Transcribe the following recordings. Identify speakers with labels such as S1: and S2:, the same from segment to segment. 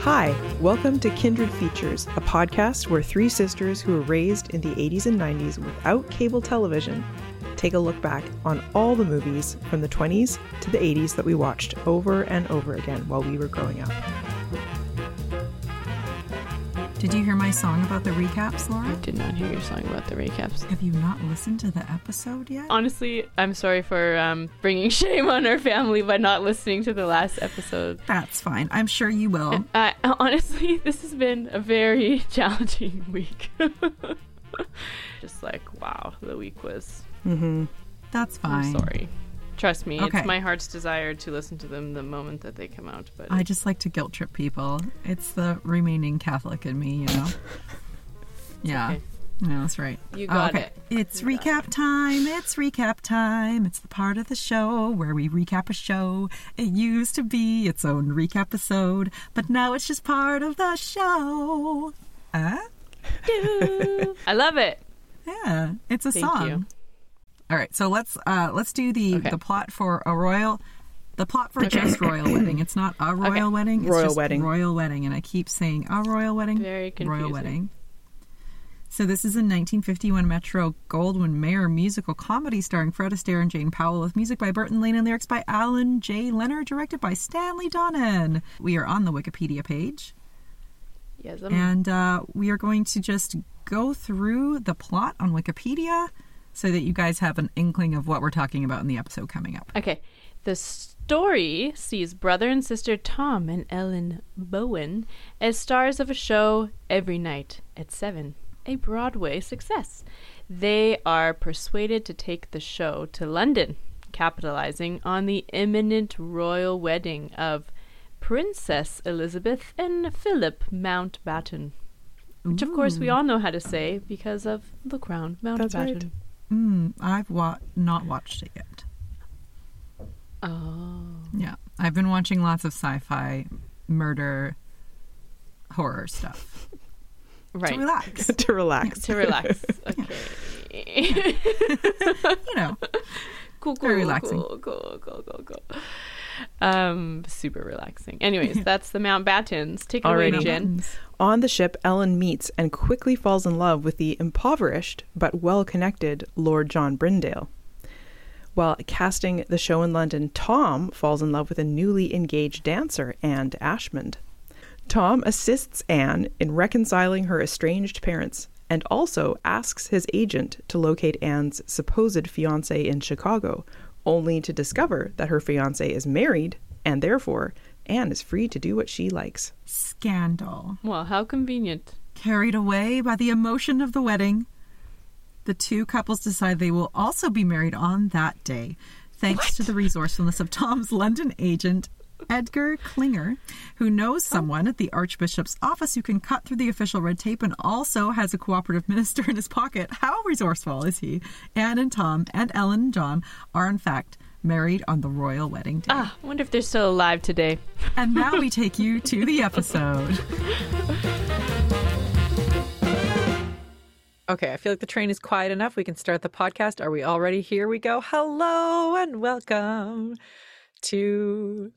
S1: Hi, welcome to Kindred Features, a podcast where three sisters who were raised in the 80s and 90s without cable television take a look back on all the movies from the 20s to the 80s that we watched over and over again while we were growing up.
S2: Did you hear my song about the recaps,
S3: I
S2: Laura?
S3: did not hear your song about the recaps.
S2: Have you not listened to the episode yet?
S3: Honestly, I'm sorry for um, bringing shame on our family by not listening to the last episode.
S2: That's fine. I'm sure you will.
S3: Uh, honestly, this has been a very challenging week. Just like, wow, the week was.
S2: That's
S3: I'm
S2: fine.
S3: sorry. Trust me,
S2: Okay.
S3: it's my heart's desire to listen to them the moment that they come out. But
S2: I just like to guilt trip people. It's the remaining Catholic in me, you know? yeah.
S3: okay.
S2: No, that's right. Oh,
S3: You got it.
S2: It's recap time. It's recap time. It's the part of the show where we recap a show. It used to be its own recap episode, but now it's just part of the show. Uh,
S3: I love it.
S2: yeah, it's a
S3: Thank
S2: song.
S3: you.
S2: All right, so let's uh, let's do the
S3: Okay.
S2: the plot for a royal, the plot for just royal wedding. It's not a royal
S3: Okay.
S2: wedding. It's
S1: Royal
S2: just
S1: wedding.
S2: Royal wedding, and I keep saying a royal wedding.
S3: Very confusing.
S2: Royal wedding. So this is a 1951 Metro Goldwyn Mayer musical comedy starring Fred Astaire and Jane Powell with music by Burton Lane and lyrics by Alan J. Leonard, directed by Stanley Donen. We are on the Wikipedia page.
S3: Yes, I'm
S2: And uh, we are going to just go through the plot on Wikipedia so that you guys have an inkling of what we're talking about in the episode coming up.
S3: Okay. The story sees brother and sister Tom and Ellen Bowen as stars of a show every night at 7, a Broadway success. They are persuaded to take the show to London, capitalizing on the imminent royal wedding of Princess Elizabeth and Philip Mountbatten. Which, of course, we all know how to say because of the crown, Mountbatten.
S1: That's right.
S2: Mm, I've wa- not watched it yet.
S3: Oh.
S2: Yeah. I've been watching lots of sci fi murder horror stuff
S3: Right.
S2: to relax.
S1: to relax.
S3: to relax. Okay.
S2: you know,
S3: cool, cool,
S2: Very relaxing.
S3: cool, cool, cool, cool, cool. Um, super relaxing. Anyways, that's the Mountbattens. Take it away,
S1: Alrighty.
S3: Jen.
S2: mountains.
S1: On the ship, Ellen meets and quickly falls in love with the impoverished but well connected Lord John Brindale. While casting the show in London, Tom falls in love with a newly engaged dancer, Anne Ashmond. Tom assists Anne in reconciling her estranged parents and also asks his agent to locate Anne's supposed fiance in Chicago, only to discover that her fiance is married and therefore Anne is free to do what she likes.
S2: Scandal.
S3: Well, how convenient.
S2: Carried away by the emotion of the wedding, the two couples decide they will also be married on that day, thanks to the resourcefulness of Tom's London agent, Edgar Klinger, who knows someone at the Archbishop's office who can cut through the official red tape and also has a cooperative minister in his pocket. How resourceful is he? Anne and Tom and Ellen and John are, in fact, married on the royal wedding day.
S3: Ah, I wonder if they're still alive today.
S2: And now we take you to the episode.
S4: Okay, I feel like the train is quiet enough. We can start the podcast. Are we all ready? Here we go. Hello and welcome to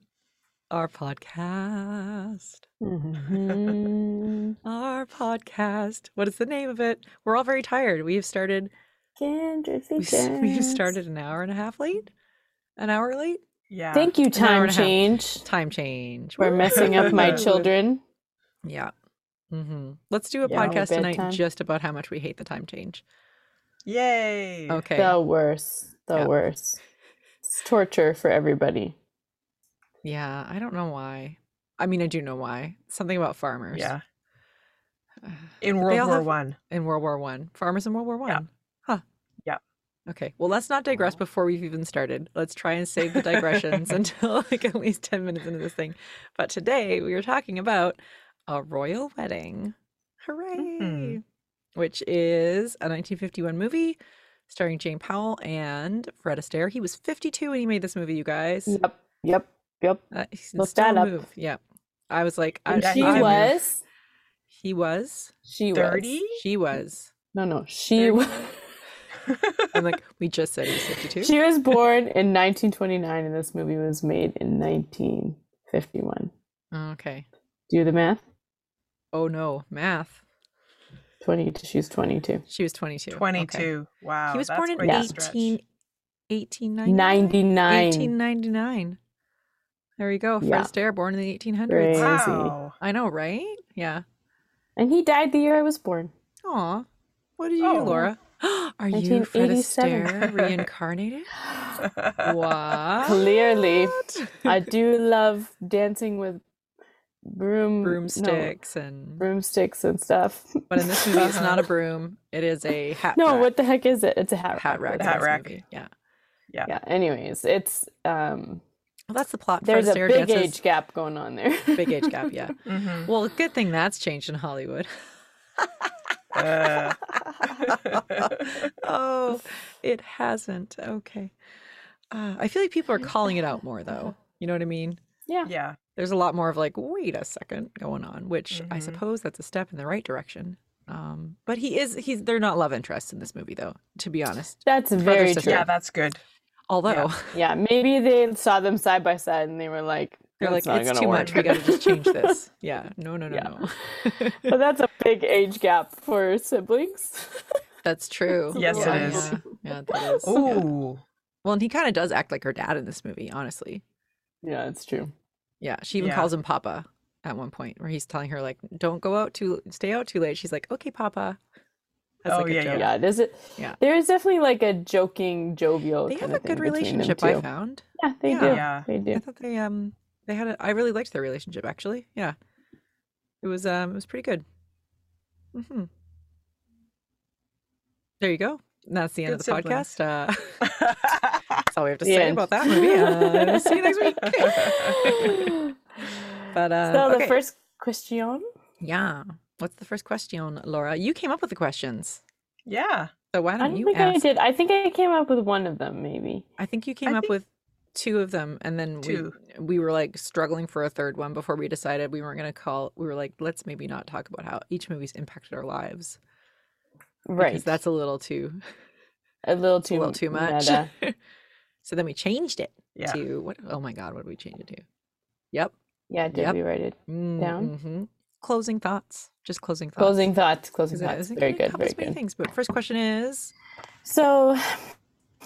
S4: our podcast.
S5: Mm-hmm.
S4: Our podcast. What is the name of it? We're all very tired. We have started.
S5: Kindred
S4: We've,
S5: features.
S4: we've started an hour and a half late. An hour late.
S2: Yeah.
S5: Thank you,
S4: an hour
S5: time
S4: and a half.
S5: change.
S4: Time change.
S5: We're messing up my
S4: Woo!
S5: children.
S4: Yeah. hmm Let's do a
S5: Yeah,
S4: podcast tonight
S5: bedtime.
S4: just about how much we hate the time change.
S1: Yay!
S4: Okay.
S5: The worst. The
S4: Yeah.
S5: worst. It's torture for everybody.
S4: Yeah, I don't know why. I mean, I do know why. Something about farmers.
S6: Yeah.
S4: Uh,
S6: In
S4: They
S6: World
S4: all
S6: War
S4: have-
S6: One.
S4: In World War One, farmers in World War One.
S6: Yeah.
S4: Huh.
S6: Yeah.
S4: Okay. Well, let's not digress before we've even started. Let's try and save the digressions until like at least ten minutes into this thing. But today we are talking about a royal wedding. Hooray!
S6: Mhm.
S4: Which is a 1951 movie starring Jane Powell and Fred Astaire. He was 52 when he made this movie. You guys.
S5: Yep. Yep. Yep.
S4: Uh, he can
S5: Look
S4: still
S5: that up.
S4: move. Yeah. I was like, I,
S5: And
S6: Yeah,
S5: she
S4: I-
S6: you-
S5: was.
S4: He was.
S5: She was.
S6: Thirty.
S4: She was.
S5: No, no. She was.
S4: I'm like, we just said he was 52.
S5: She was born in 1929, and this movie was made in 1951.
S4: Oh, okay.
S3: Do the math.
S4: Oh no, math.
S3: 20 to she's 22.
S4: She was 22. Okay.
S1: 22. Wow.
S4: He was
S1: that's
S4: born in
S3: quite a
S4: 18, 1899.
S3: 99.
S4: 1899. There you go. Fred
S3: Yeah.
S4: Astaire, born in the 1800s.
S3: Great.
S1: Wow.
S3: Crazy.
S4: I know, right? Yeah.
S3: And he died the year I was born.
S4: Aw. What did you do,
S1: Oh.
S4: Laura? Are you Fred
S3: 1987.
S4: Astaire reincarnated? what?
S3: Clearly. I do love dancing with broom Mm, no,
S4: Broomsticks and.
S3: broomsticks and stuff.
S4: But in this movie, it's not a broom. It is a hat
S3: no,
S4: rack.
S3: what the heck is it? It's a hat,
S4: Hat rack. in
S1: Hat
S4: this
S1: rack.
S4: movie, Yeah.
S3: Yeah. Anyways, it's um
S4: Well, that's the plot.
S3: there's
S4: Fred
S3: a
S4: Astaire
S3: big
S4: dances-
S3: age Mm-hmm. gap going on there.
S4: Big age gap, yeah.
S1: Mhm.
S4: Well, good thing that's changed in Hollywood.
S1: Uh,
S4: oh, it hasn't. Okay. Uh, I feel like people are calling it out more, though. You know what I mean?
S3: yeah.
S1: yeah.
S4: There's a lot more of like, wait a second, going on, which I
S1: Mhm.
S4: suppose that's a step in the right direction. Um, but he is, he's, they're not love interests in this movie, though, to be honest.
S3: That's very
S4: sister.
S3: true.
S1: Yeah,
S3: Yeah.
S1: that's good.
S4: Although
S3: maybe they saw them side by side and they were like,
S4: they're
S3: "That's not
S4: like, it's
S3: gonna
S4: too
S3: work."
S4: much. We got to just change this. Yeah. No, no, no, no.
S3: but that's a big age gap for siblings.
S4: that's true.
S1: Yes, it
S4: yeah,
S1: is.
S4: Yeah, yeah, that is. yeah.
S1: Ooh.
S4: Well, and he kind of does act like her dad in this movie, honestly.
S3: yeah, it's true.
S4: Yeah, she even
S1: Yeah.
S4: calls him Papa at one point, where he's telling her like, "Don't go out too, stay out too late." She's like, "Okay, Papa."
S1: Oh, yeah,
S3: Yeah,
S1: yeah.
S3: there's a
S4: Yeah.
S3: there is definitely like a joking, jovial.
S4: They have
S3: kind
S4: a
S3: of thing
S4: good
S3: between them
S4: relationship. I
S3: two.
S4: found.
S3: Yeah, they
S4: Yeah.
S3: do.
S1: Yeah.
S3: They
S4: I
S3: do.
S4: thought they um they had a. I really liked their relationship actually. Yeah, it was um it was pretty good. hmm There you go. And that's the end
S1: Good
S4: of the
S1: siblings.
S4: podcast. Uh, that's all we have to
S3: The
S4: say
S3: end.
S4: about that movie. Uh, see you next week. but uh,
S3: so
S4: okay.
S3: the first question.
S4: yeah. What's the first question, Laura? You came up with the questions.
S1: yeah.
S4: So why
S3: I
S4: don't
S3: don't
S4: you
S3: think I
S4: ask?
S3: did. I think I came up with one of them, maybe.
S4: I think you came
S1: I
S4: up
S1: think-
S4: with two of them, and then
S1: Two.
S4: we we were like struggling for a third one before we decided we weren't going to call. We were like, let's maybe not talk about how each movie's impacted our lives
S3: Right.
S4: because that's a little too
S3: a little
S4: it's a
S3: too,
S4: little too much.
S3: meta.
S4: so then we changed it
S1: Yeah.
S4: to what? Oh my god, what did we change it to? Yep.
S3: Yeah, did
S4: Yep.
S3: we write it?
S4: Mm,
S3: Down?
S4: mhm. Closing thoughts. Just closing thoughts.
S3: Closing thoughts. Closing
S4: Because I- I
S3: thoughts.
S4: think
S3: Very
S4: it can
S3: good. Very
S4: encompass many
S3: good.
S4: Things, but first question is
S3: So,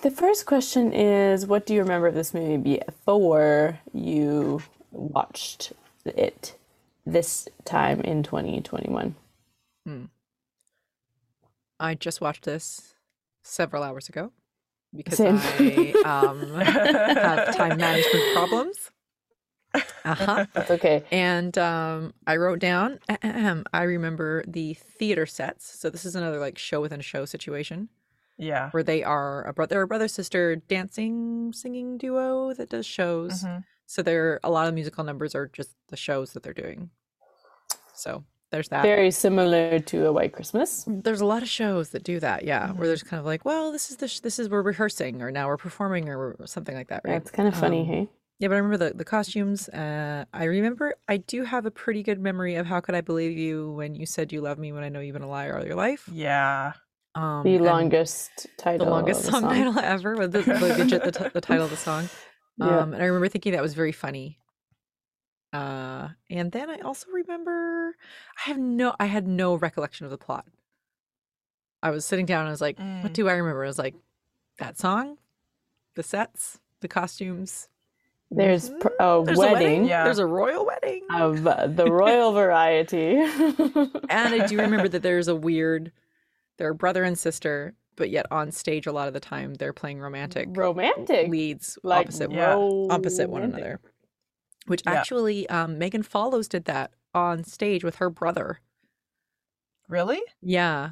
S3: the first question is, what do you remember of this movie before you watched it this time in 2021?
S4: I just watched this several hours ago because
S3: Same.
S4: I um, have time management problems. Uh huh.
S3: That's okay.
S4: And um, I wrote down, I remember the theater sets. So this is another like show within a show situation
S1: Yeah.
S4: where they are a brother, a brother sister dancing, singing duo that does shows.
S3: Mm-hmm.
S1: Mhm.
S4: So there, a lot of musical numbers are just the shows that they're doing. So there's that.
S3: Very similar to A White Christmas.
S4: There's a lot of shows that do that,
S3: Mm-hmm.
S4: yeah, where there's kind of like, well, this is the sh- this is we're rehearsing or now we're performing or we're- something like that, right?
S3: That's kind of funny,
S4: Um,
S3: hey?
S4: Yeah, but I remember the the costumes. Uh, I remember I do have a pretty good memory of how could I believe you when you said you love me when I know you've been a liar all your life.
S1: Yeah.
S4: Um,
S3: The
S4: and
S3: longest title.
S4: the
S3: of
S4: longest
S3: a
S4: song, title ever with the, the, legit- the, t- the title of the song.
S3: Yeah.
S4: Um, and I remember thinking that was very funny. Uh, and then I also remember I have no I had no recollection of the plot. I was sitting down and I was like, what
S1: Mm.
S4: do I remember? I was like, that song, the sets, the costumes.
S3: There's pr- a
S4: mm-hmm. There's a
S3: wedding
S4: wedding.
S1: Yeah.
S4: There's a royal wedding.
S3: of uh, the royal variety.
S4: and I do remember that there's a weird they're brother and sister, but yet on stage a lot of the time they're playing romantic
S3: romantic.
S4: leads
S3: Like
S4: opposite
S1: Yeah.
S4: opposite one
S3: romantic.
S4: another. Which
S1: Yeah.
S4: actually, um, Megan Follows did that on stage with her brother.
S1: Really?
S4: Yeah,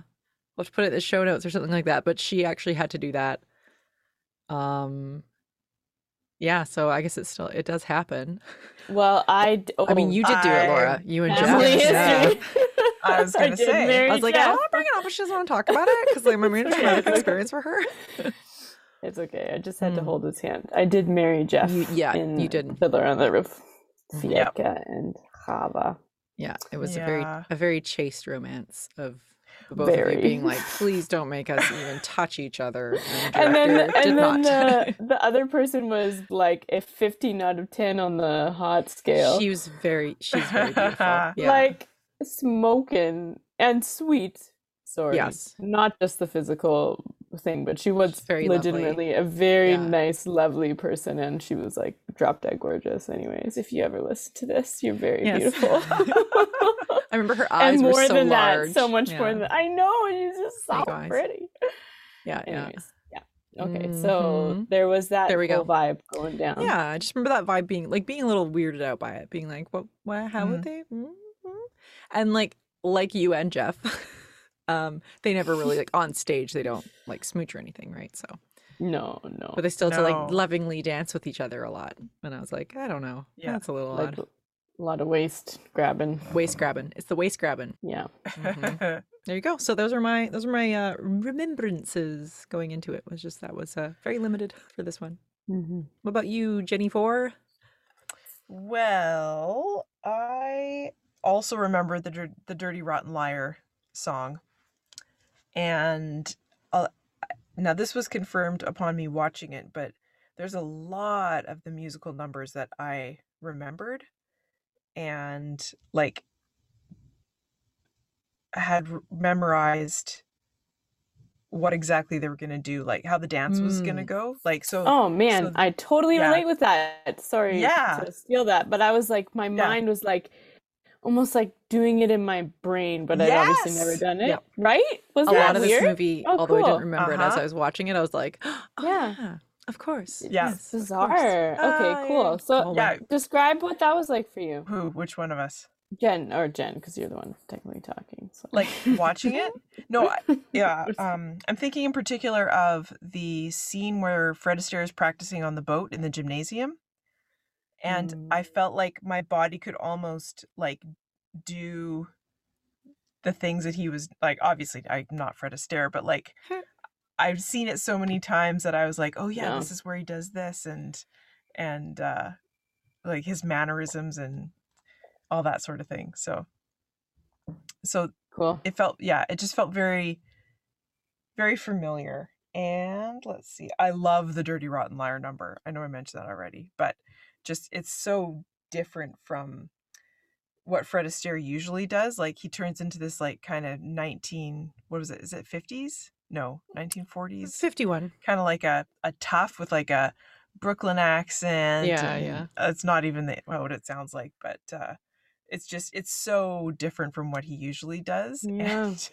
S4: we'll have to put it in the show notes or something like that. But she actually had to do that. Um, yeah. So I guess it still it does happen.
S3: Well, I. d-
S4: I mean,
S3: oh,
S4: you did do it,
S1: I-
S4: Laura. You and Jeff.
S3: family history.
S4: Yeah.
S1: I was gonna
S3: did
S1: say.
S3: marry
S4: I was like, "Ah." I
S3: Jeff.
S4: don't want to bring it up, but she doesn't want to talk about it because like my major traumatic experience for her.
S3: It's okay. I just had to
S4: Mm.
S3: hold his hand. I did marry Jeff.
S4: You- yeah,
S3: in
S4: you did.
S3: Fiddler on the Roof,
S4: Mhm.
S3: Fiaca and Hava.
S4: Yeah, it was a very
S1: Yeah.
S4: a very chaste romance of the both of
S3: Very.
S4: you being like, please don't make us even touch each other. And, the
S3: And then,
S4: director did
S3: and then
S4: not.
S3: the, the other person was like a 15 out of 10 on the hot scale.
S4: She was very, she's very beautiful. Yeah.
S3: Like smoking and sweet. Sorry.
S4: Yes.
S3: Not just the physical thing, but she was
S4: She's very lovely.
S3: legitimately a very
S4: Yeah.
S3: nice, lovely person. And she was like drop dead gorgeous. Anyways, if you ever listen to this, you're very
S4: Yes.
S3: beautiful.
S4: I remember her eyes
S3: and more
S4: were so
S3: than
S4: large.
S3: that, so much more
S4: Yeah.
S3: than that. I know. And she's just so
S4: Big eyes.
S3: pretty.
S4: Yeah, yeah.
S3: Anyways, yeah. Okay, so there was that
S4: There we
S3: whole
S4: go.
S3: vibe going down.
S4: Yeah, I just remember that vibe being like being a little weirded out by it, being like, "What? What? How would they?" mm, mm?" And like, like you and Jeff, um, they never really like on stage. They don't like smooch or anything, right? So,
S3: No, no.
S4: but they still have to
S1: No.
S4: like lovingly dance with each other a lot. And I was like, I don't know,
S1: Yeah.
S4: yeah, that's a little
S3: like
S4: odd.
S3: a lot of waist grabbing.
S4: Waist grabbing. It's the waist grabbing.
S3: Yeah.
S4: Mhm. there you go. So those are my those are my uh, remembrances going into it. Was just that was uh, very limited for this one. What about you, Jenny? Four.
S1: Well, I also remember the dir- the Dirty Rotten Liar song. And uh, now this was confirmed upon me watching it, but there's a lot of the musical numbers that I remembered and like had r- memorized what exactly they were going to do, like how the dance was going to
S4: Mm.
S1: go. Like so
S3: Oh man,
S1: th-
S3: I totally
S1: yeah.
S3: relate with that. Sorry
S1: Yeah.
S3: to steal that, but I was like, my mind was like, almost like doing it in my brain, but I'd obviously never
S1: Yes.
S3: done it.
S4: Yep.
S3: Right? Was
S4: a
S3: that
S4: lot of
S3: weird?
S4: this movie,
S3: Oh,
S4: although I
S3: cool.
S4: didn't remember it as
S1: Uh-huh.
S4: I was watching it, I was like, oh,
S3: Yeah.
S4: yeah. of course.
S1: Yeah.
S4: Yes, of course.
S3: Bizarre.
S4: Ah,
S3: okay, cool.
S4: yeah.
S3: So
S4: Oh,
S1: yeah,
S3: describe what that was like for you,
S1: who which one of us?
S3: Jen or Jen, because you're the one technically talking. So.
S1: like watching it no I, yeah um i'm thinking in particular of the scene where fred astaire is practicing on the boat in the gymnasium and i felt like my body could almost like do the things that he was like obviously i'm not fred astaire but like i've seen it so many times that i was like oh yeah
S3: Yeah.
S1: this is where he does this and and uh like his mannerisms and all that sort of thing so so
S3: cool.
S1: it felt yeah it just felt very very familiar and let's see i love the dirty rotten liar number i know i mentioned that already but just it's so different from what fred astaire usually does like he turns into this like kind of 19 what is it is it 50s no 1940s
S4: 51.
S1: kind of like a, a tough with like a Brooklyn accent.
S4: Yeah,
S1: and uh,
S4: yeah.
S1: It's not even the, well, what it sounds like, but uh, it's just it's so different from what he usually does.
S3: Yeah.
S1: And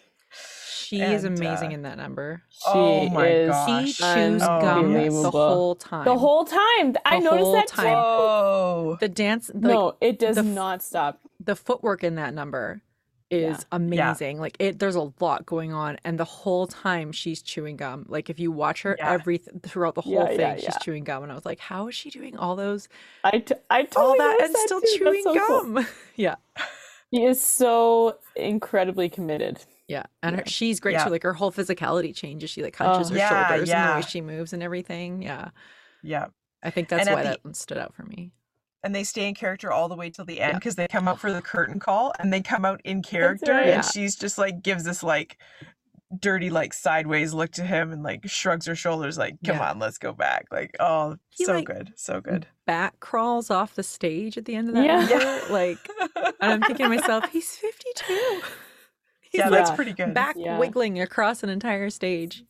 S4: She is
S1: And,
S4: amazing
S1: uh,
S4: in that number.
S3: She
S1: Oh my
S3: is
S1: gosh.
S4: She chews
S1: Oh,
S4: gum
S1: yes.
S4: the whole time.
S3: the whole time. I noticed
S4: whole
S3: that
S4: time.
S3: too.
S1: whoa,
S4: The dance, like,
S3: no, it does
S4: the f-
S3: not stop.
S4: the footwork in that number
S3: Yeah.
S4: is amazing. Like it, there's a lot going on, and the whole time she's chewing gum. Like if you watch her
S1: Yeah.
S4: every throughout the whole
S3: Yeah,
S4: thing,
S3: yeah,
S4: she's
S3: yeah.
S4: chewing gum, and I was like, how is she doing all those,
S3: I, t- I totally
S4: all that,
S3: noticed
S4: and still
S3: too. That's
S4: chewing
S3: so cool.
S4: gum? yeah,
S3: He is so incredibly committed.
S4: yeah, and Her, she's great
S1: Yeah.
S4: too. Like her whole physicality changes. She like hunches
S3: Oh.
S4: her
S1: Yeah,
S4: shoulders and the
S1: yeah.
S4: way she moves and everything. Yeah,
S1: yeah.
S4: I think that's
S1: And at
S4: why
S1: the-
S4: that one stood out for me.
S1: And they stay in character all the way till the end because they come out for the curtain call and they come out in character,
S3: right.
S4: Yeah.
S1: and she's just like gives this like dirty like sideways look to him and like shrugs her shoulders like come
S4: Yeah.
S1: on let's go back like oh
S4: He,
S1: so
S4: like,
S1: good so good
S4: Bat crawls off the stage at the end of that
S3: Yeah.
S4: number, like, and I'm thinking to myself, he's 52. He's
S1: yeah
S4: like
S1: that's
S3: Yeah.
S1: pretty good
S4: back
S3: Yeah.
S4: wiggling across an entire stage.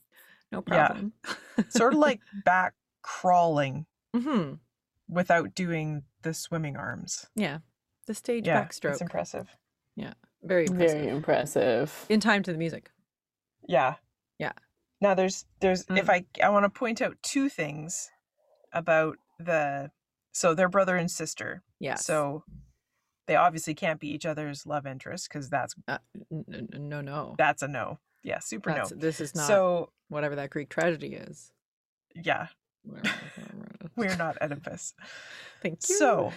S4: No
S1: Yeah.
S4: problem.
S1: sort of like back crawling
S4: hmm
S1: without doing the swimming arms.
S4: Yeah. The stage
S1: yeah,
S4: backstroke.
S1: it's impressive.
S4: Very impressive.
S3: Very impressive.
S4: In time to the music.
S1: Yeah,
S4: Yeah.
S1: Now there's there's if
S4: Mm.
S1: I I want to point out two things about the so they're brother and sister.
S4: Yeah.
S1: So they obviously can't be each other's love interest because that's
S4: no, no.
S1: that's a no. Yeah, super
S4: That's,
S1: no.
S4: This is not
S1: So
S4: whatever that Greek tragedy is.
S1: yeah, we're not Oedipus.
S4: Thank you.
S1: So-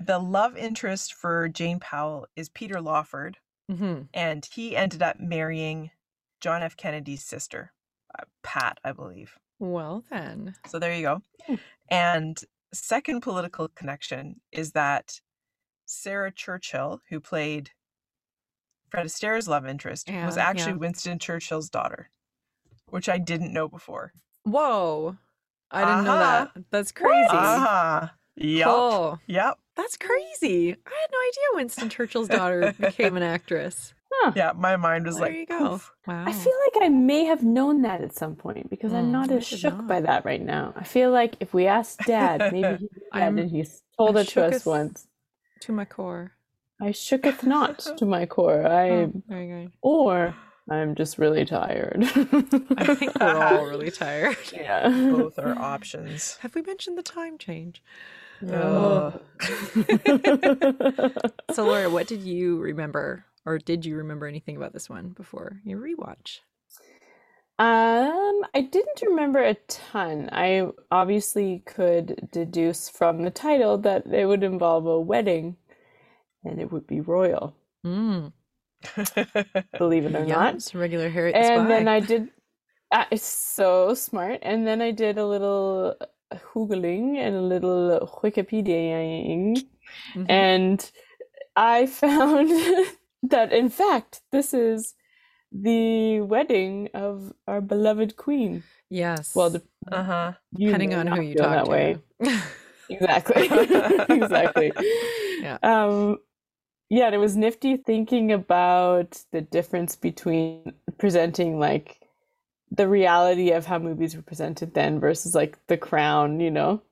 S1: the love interest for Jane Powell is Peter Lawford,
S4: hmm
S1: and he ended up marrying John F. Kennedy's sister, uh, Pat, I believe.
S4: Well, then.
S1: So there you go.
S4: Hmm.
S1: And second political connection is that Sarah Churchill, who played Fred Astaire's love interest was
S4: Yeah,
S1: actually
S4: yeah.
S1: Winston Churchill's daughter, which I didn't know before.
S4: Whoa. I didn't know
S1: Uh-huh.
S4: that. That's crazy.
S1: Uh-huh. Yep.
S4: Cool.
S1: Yep.
S4: That's crazy. I had no idea Winston Churchill's daughter became an actress.
S1: Yeah. My mind was
S4: there
S1: like,
S4: you go.
S1: "Poof."
S4: Wow.
S3: I feel like I may have known that at some point because
S4: Mm,
S3: I'm not
S4: I
S3: as
S4: did
S3: shook
S4: not.
S3: by that right now. I feel like if we asked Dad, maybe he knew that
S4: I'm-
S3: and he told
S4: I'm
S3: it to
S4: shooketh.
S3: us once.
S4: to my core.
S3: I shooketh not to my core. I
S4: Oh, very good.
S3: or I'm just really tired.
S4: I think Oh, we're all really tired.
S3: yeah.
S1: both are options.
S4: Have we mentioned the time change?
S3: Oh.
S4: So, Laura, what did you remember, or did you remember anything about this one before your rewatch?
S3: Um, I didn't remember a ton. I obviously could deduce from the title that it would involve a wedding and it would be royal,
S4: Mm,
S3: believe it or not.
S4: yes, regular Harriet the
S3: And
S4: Spy.
S3: then I did, uh, it's so smart. And then I did a little googling and a little Wikipediaing,
S4: Mhm.
S3: and I found that in fact this is the wedding of our beloved queen.
S4: yes. Uh-huh.
S3: Well, the,
S1: Uh huh.
S3: you
S4: depending
S3: may
S4: on
S3: not
S4: who you
S3: feel that
S4: talk to.
S3: way. Exactly. exactly.
S4: Yeah.
S3: Um, yeah, and it was nifty thinking about the difference between presenting like the reality of how movies were presented then versus like The Crown, you know,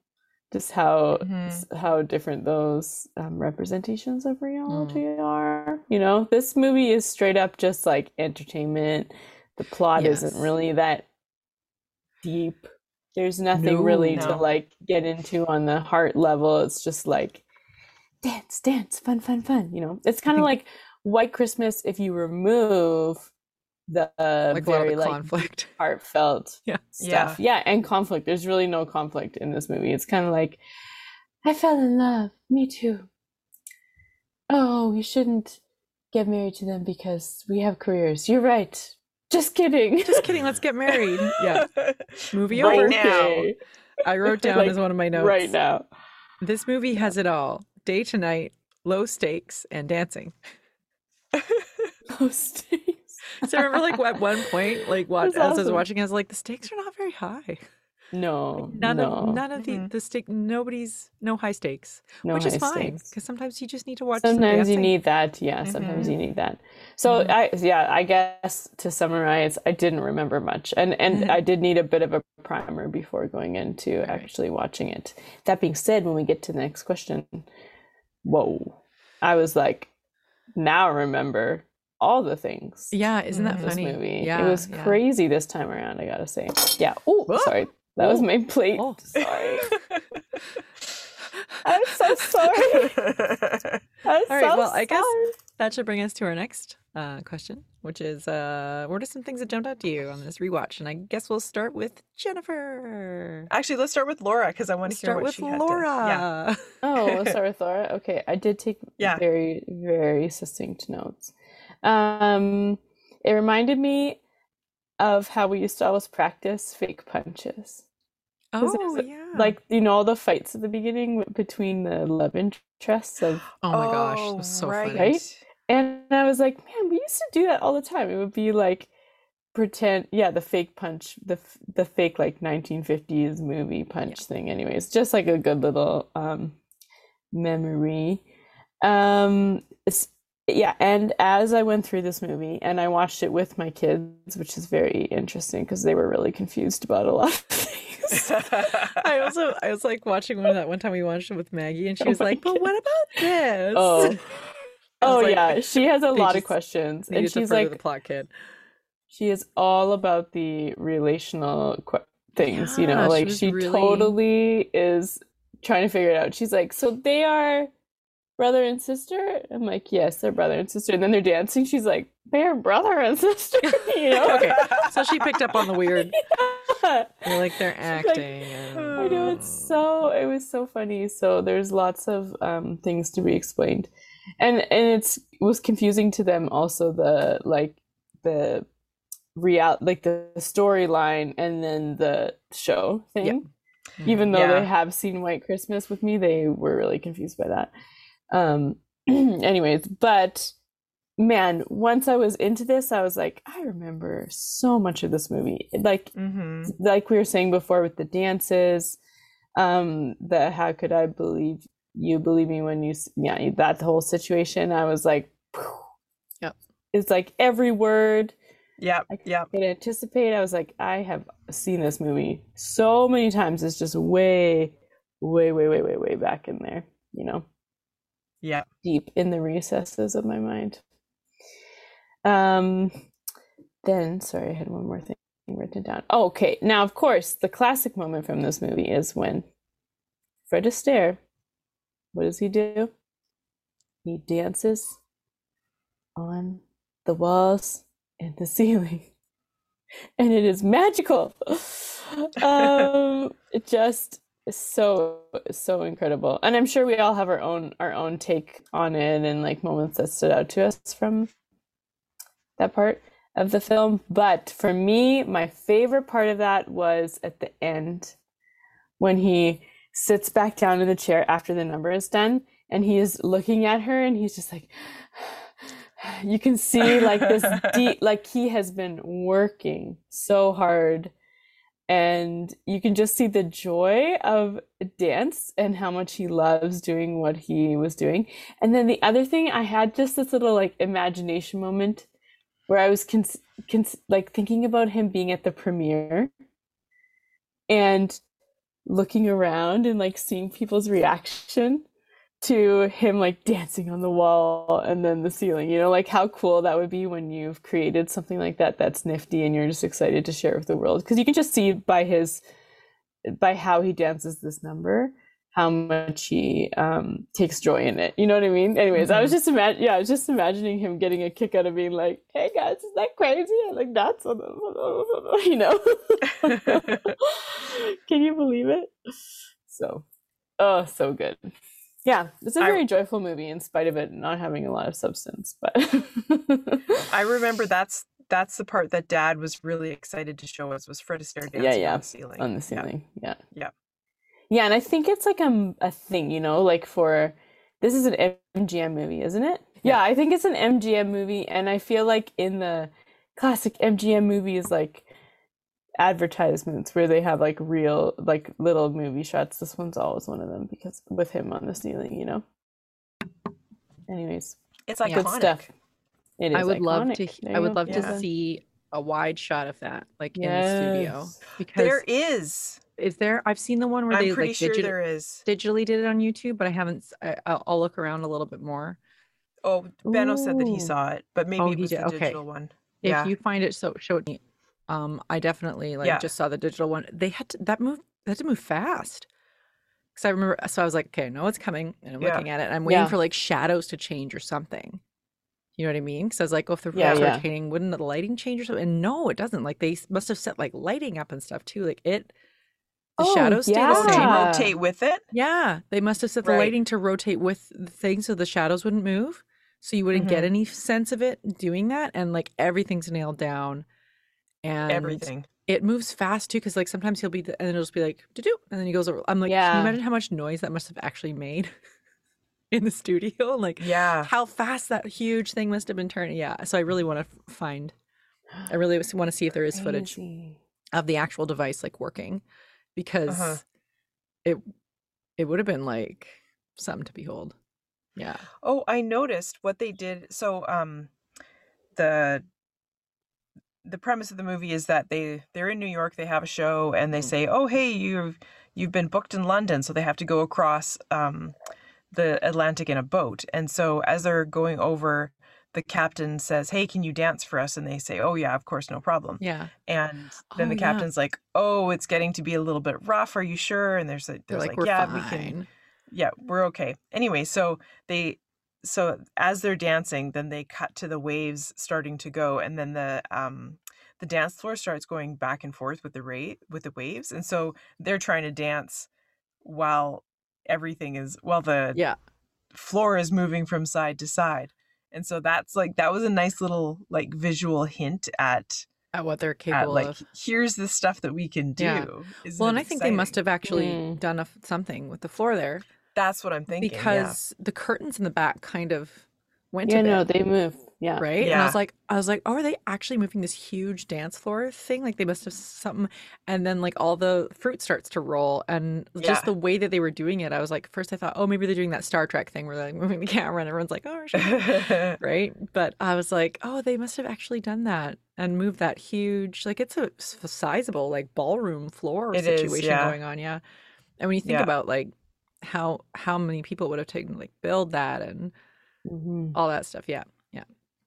S3: just how
S4: Mm-hmm.
S1: Mhm.
S3: s- how different those um, representations of reality
S4: Mm.
S3: are. You know, this movie is straight up just like entertainment. The plot
S4: Yes.
S3: isn't really that deep. There's nothing
S4: No,
S3: really
S1: no.
S3: to like get into on the heart level. It's just like dance, dance, fun, fun, fun. You know, it's kind of like White Christmas if you remove the uh,
S4: like a lot of
S3: very
S4: the
S3: like
S4: conflict.
S3: heartfelt
S4: Yeah.
S3: stuff. Yeah. and conflict. There's really no conflict in this movie. It's kind of like I fell in love. Me too. Oh, you shouldn't get married to them because we have careers. You're right. Just kidding.
S4: Just kidding. Let's get married. Yeah. Movie
S1: Right
S4: over.
S1: now.
S3: Okay,
S4: I wrote down
S3: Like,
S4: as one of my notes.
S3: Right now.
S4: This movie has it all: day to night, low stakes, and dancing.
S3: Those stakes.
S4: So I remember, like at one point, like what
S3: That's
S4: as I was
S3: awesome.
S4: watching, I was like, the stakes are not very high.
S3: No.
S4: None
S3: no,
S4: of none of the
S1: Mhm.
S4: the stake. Nobody's no high stakes,
S3: no
S4: which is
S3: high
S4: fine
S3: stakes.
S4: because sometimes you just need to watch. some
S3: sometimes you
S4: dancing.
S3: need that yeah sometimes
S4: Mm-hmm.
S1: Mhm.
S3: you need that so i yeah i guess to summarize i didn't remember much and and
S4: Mm-hmm.
S3: i did need a bit of a primer before going into actually watching it that being said when we get to the next question whoa i was like now I remember all the things
S4: Yeah, isn't that
S3: in Mm-hmm. this
S4: funny?
S3: movie
S4: Yeah,
S3: it was
S4: yeah.
S3: crazy this time around i gotta say yeah oh sorry that was my plate
S4: Oh.
S3: sorry i'm so sorry i'm
S4: All right,
S3: so
S4: well, I guess-
S3: sorry.
S4: That should bring us to our next uh, question, which is uh, what are some things that jumped out to you on this rewatch? And I guess we'll start with Jennifer.
S1: Actually, let's start with Laura because I want
S4: Let's
S1: to hear
S4: start
S1: what
S4: with
S1: she had to- Yeah.
S4: Laura.
S3: Oh, we'll start with Laura. Okay, I did take
S1: Yeah.
S3: very, very succinct notes. Um, it reminded me of how we used to always practice fake punches. Because it
S4: Oh,
S3: was,
S4: yeah.
S3: Like, you know, all the fights at the beginning w- between the love interests of,
S4: oh my gosh, that's so
S1: right.
S4: funny.
S3: and I was like, man, we used to do that all the time. It would be like pretend, yeah, the fake punch, the f- the fake like 1950s movie punch thing. Anyways, just like a good little um memory. Um, s- yeah, and as I went through this movie and I watched it with my kids, which is very interesting because they were really confused about a lot of things.
S4: I also I was like watching one of that one time we watched it with Maggie, and she was
S3: Oh my
S4: like, "But what about this?"
S3: Oh, oh
S4: like,
S3: yeah, she has a
S4: they
S3: lot of
S4: just
S3: questions, and
S4: Needed to
S3: she's
S4: further
S3: like,
S4: the plot, kid.
S3: she is all about the relational qu- things you
S4: Yeah,
S3: know
S4: she
S3: like
S4: was
S3: she
S4: really-
S3: totally is trying to figure it out she's like so they are brother and sister i'm like yes they're brother and sister and then they're dancing she's like they're brother and sister you know
S4: Okay, so she picked up on the weird. You're like they're
S3: She's like,
S4: acting. and-
S3: I know it's so it was so funny. So there's lots of um, things to be explained, and and it's it was confusing to them also the like the real like the storyline and then the show thing. Even though
S1: Yeah.
S3: they have seen White Christmas with me, they were really confused by that. Um, anyways, but man, once I was into this, I was like, I remember so much of this movie. Like
S4: Mm-hmm.
S3: like we were saying before with the dances, um, the how could I believe you believe me when you s- yeah that whole situation. I was like, phew.
S4: Yep.
S3: It's like every word
S1: Yep, yep.
S3: could anticipate. I was like, I have seen this movie so many times. It's just way, way, way, way, way, way back in there, you know?
S1: Yep.
S3: Deep in the recesses of my mind. Um, then, sorry, I had one more thing written down. Oh, okay. Now, of course, the classic moment from this movie is when Fred Astaire, what does he do? He dances on the walls and the ceiling and it is magical. um, it just is so so incredible, and I'm sure we all have our own our own take on it and like moments that stood out to us from that part of the film. But for me, my favorite part of that was at the end when he sits back down in the chair after the number is done and he is looking at her and he's just like you can see like this deep like he has been working so hard and you can just see the joy of dance and how much he loves doing what he was doing and then the other thing i had just this little like imagination moment where i was cons- cons- like thinking about him being at the premiere and looking around and like seeing people's reaction to him like dancing on the wall and then the ceiling. You know, like how cool that would be when you've created something like that that's nifty and you're just excited to share with the world because you can just see by his by how he dances this number how much he um takes joy in it. You know what I mean? Anyways, I was just imagine yeah, I was just imagining him getting a kick out of being like, "Hey guys, is that crazy?" I like that's you know. Can you believe it? So, oh, so good. Yeah, it's a
S1: I-
S3: very joyful movie in spite of it not having a lot of substance, but
S1: I remember that's that's the part that Dad was really excited to show us was Fred Astaire dancing
S3: yeah.
S1: on the ceiling.
S3: on the
S1: Yeah.
S3: ceiling. Yeah.
S1: Yeah.
S3: Yeah, and I think it's like a, a thing, you know, like for this is an MGM movie, isn't it? Yeah, I think it's an MGM movie, and I feel like in the classic MGM movies, like advertisements where they have like real, like little movie shots, this one's always one of them because with him on the ceiling, you know? Anyways,
S1: It's iconic.
S3: good stuff. It is
S4: I would love to.
S3: iconic.
S4: he-
S3: There
S4: I
S3: you
S4: would
S3: go.
S4: love
S3: Yeah.
S4: to see a wide shot of that, like in the studio.
S3: Yes.
S4: Because
S1: There is.
S4: is there? I've seen the one where
S1: I'm
S4: they
S1: pretty
S4: like
S1: sure
S4: digi-
S1: there is.
S4: digitally did it on YouTube, but I haven't. s- I, I'll, I'll look around a little bit more.
S1: Oh, Benno said that he
S3: Ooh.
S1: saw it, but maybe
S4: Oh,
S1: it
S4: he
S1: was
S4: did.
S1: the
S4: Okay.
S1: digital one.
S4: If
S1: yeah.
S4: you find it, so show it to me. Um, I definitely like
S1: Yeah.
S4: just saw the digital one. They had to, that move. They had to move fast. Because I remember, so I was like, okay, I know it's coming, and I'm
S1: Yeah.
S4: looking at it. And I'm waiting
S3: Yeah.
S4: for like shadows to change or something. You know what I mean? Because I was like, oh, if the
S3: Yeah,
S4: roof's
S3: yeah.
S4: rotating, wouldn't the lighting change or something? And no, it doesn't. Like they s- must have set like lighting up and stuff too. Like it, the
S3: Oh,
S4: shadows stay
S3: yeah.
S1: Oh,
S4: the
S1: to
S4: same.
S3: Yeah.
S1: rotate with it.
S4: Yeah, they must have set the
S1: Right.
S4: lighting to rotate with the thing so the shadows wouldn't move. So you wouldn't
S1: Mm-hmm.
S4: get any sense of it doing that. And like everything's nailed down. And
S1: Everything.
S4: it moves fast too, because like sometimes he'll be, th- and it'll just be like, doo and then he goes over. I'm like, can you
S3: Yeah.
S4: imagine how much noise that must have actually made in the studio? Like
S1: Yeah.
S4: how fast that huge thing must have been turning. Yeah. So I really want to find, I really want to see if there is footage
S3: Crazy.
S4: of the actual device like working because
S1: Uh-huh.
S4: it it would have been like something to behold yeah
S1: Oh, I noticed what they did. So, um, the the premise of the movie is that they they're in New York, they have a show, and they
S4: Mhm.
S1: say, "Oh, hey, you've you've been booked in London," so they have to go across um, the Atlantic in a boat. And so, as they're going over, the captain says, "Hey, can you dance for us?" And they say, "Oh, yeah, of course, no problem."
S4: yeah
S1: And then
S4: Oh,
S1: the
S4: yeah.
S1: captain's like, "Oh, it's getting to be a little bit rough. Are you sure?" And there's a,
S4: they're
S1: there's
S4: like,
S1: like,
S4: we're
S1: "Yeah,
S4: fine
S1: we can." yeah we're okay anyway so they so as they're dancing then they cut to the waves starting to go and then the um the dance floor starts going back and forth with the rate with the waves and so they're trying to dance while everything is while the
S4: yeah
S1: floor is moving from side to side and so that's like that was a nice little like visual hint at,
S4: at what they're
S1: at
S4: capable
S1: like
S4: of
S1: here's the stuff that we can do
S4: Yeah.
S1: Isn't
S4: well
S1: it
S4: and i think they must
S1: exciting?
S4: have actually
S3: Mm.
S4: done a f something with the floor there
S1: that's what i'm thinking yeah.
S4: because the curtains in the back kind of went
S3: Yeah,
S4: a bit.
S3: no, they move. Yeah.
S4: right? And I was
S1: Uh, Yeah.
S4: like, I was like, oh, are they actually moving this huge dance floor thing? Like they must have something. And then like all the fruit starts to roll, and
S1: Yeah.
S4: just the way that they were doing it, I was like, first I thought, oh, maybe they're doing that Star Trek thing where they're like moving the camera, and everyone's like, oh, shit. right? But I was like, oh, they must have actually done that and moved that huge, like it's a s- sizable like ballroom floor
S1: It is,
S4: situation
S1: yeah.
S4: going on, yeah. And when you think
S1: Yeah.
S4: about like how how many people it would have taken to like build that and
S3: Mhm.
S4: all that stuff, yeah.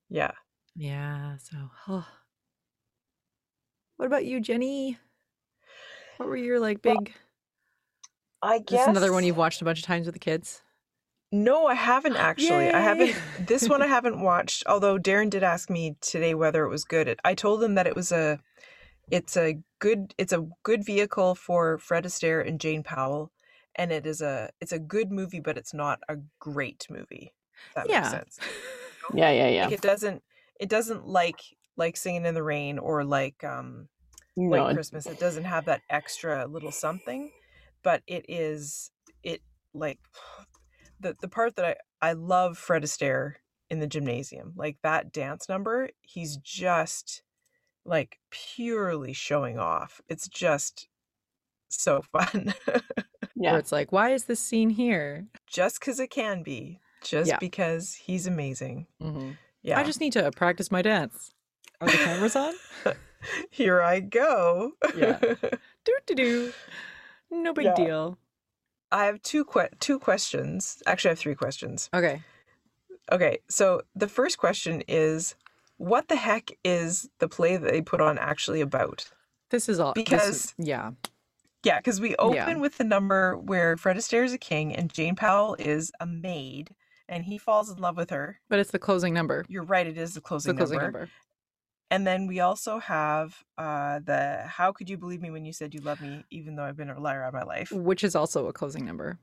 S1: yeah.
S4: Yeah, so what about you, Jenny? What were your like
S1: Well,
S4: big
S1: I
S4: This
S1: guess
S4: is another one you've watched a bunch of times with the kids?
S1: No, I haven't actually. I
S4: Yay!
S1: haven't. This one I haven't watched. Although Darren did ask me today whether it was good. It- I told him that it was a, it's a good, it's a good vehicle for Fred Astaire and Jane Powell, and it is a, it's a good movie, but it's not a great movie. if That
S4: Yeah.
S1: makes sense.
S3: Yeah, yeah, yeah.
S1: Like it doesn't, it doesn't like like Singing in the Rain or like um
S3: No,
S1: like
S3: it-
S1: Christmas. It doesn't have that extra little something, but it is it like the the part that I I love Fred Astaire in the gymnasium. Like that dance number, he's just like purely showing off. It's just so fun.
S4: Where
S3: yeah.
S4: it's like, why is this scene here?
S1: just cuz it can be. Just
S4: Yeah.
S1: because he's amazing. Mm-hmm. Yeah.
S4: I just need to practice my dance. Are the cameras on?
S1: Here I go.
S4: Yeah. do do do. No big
S1: Yeah.
S4: deal.
S1: I have two que- two questions. Actually, I have three questions.
S4: Okay.
S1: Okay, so the first question is what the heck is the play that they put on actually about?
S4: This is all this is-
S1: Because-
S4: yeah.
S1: Yeah, because we open with the number where Fred Astaire is a king and Jane Powell is a maid and he falls in love with her.
S4: But it's the closing number.
S1: You're right, it is the
S4: It's
S1: closing,
S4: the closing
S1: number.
S4: number.
S1: And then we also have uh, the How Could You Believe Me When You Said You Love Me, even though I've been a liar all my life.
S4: Which is also a closing number.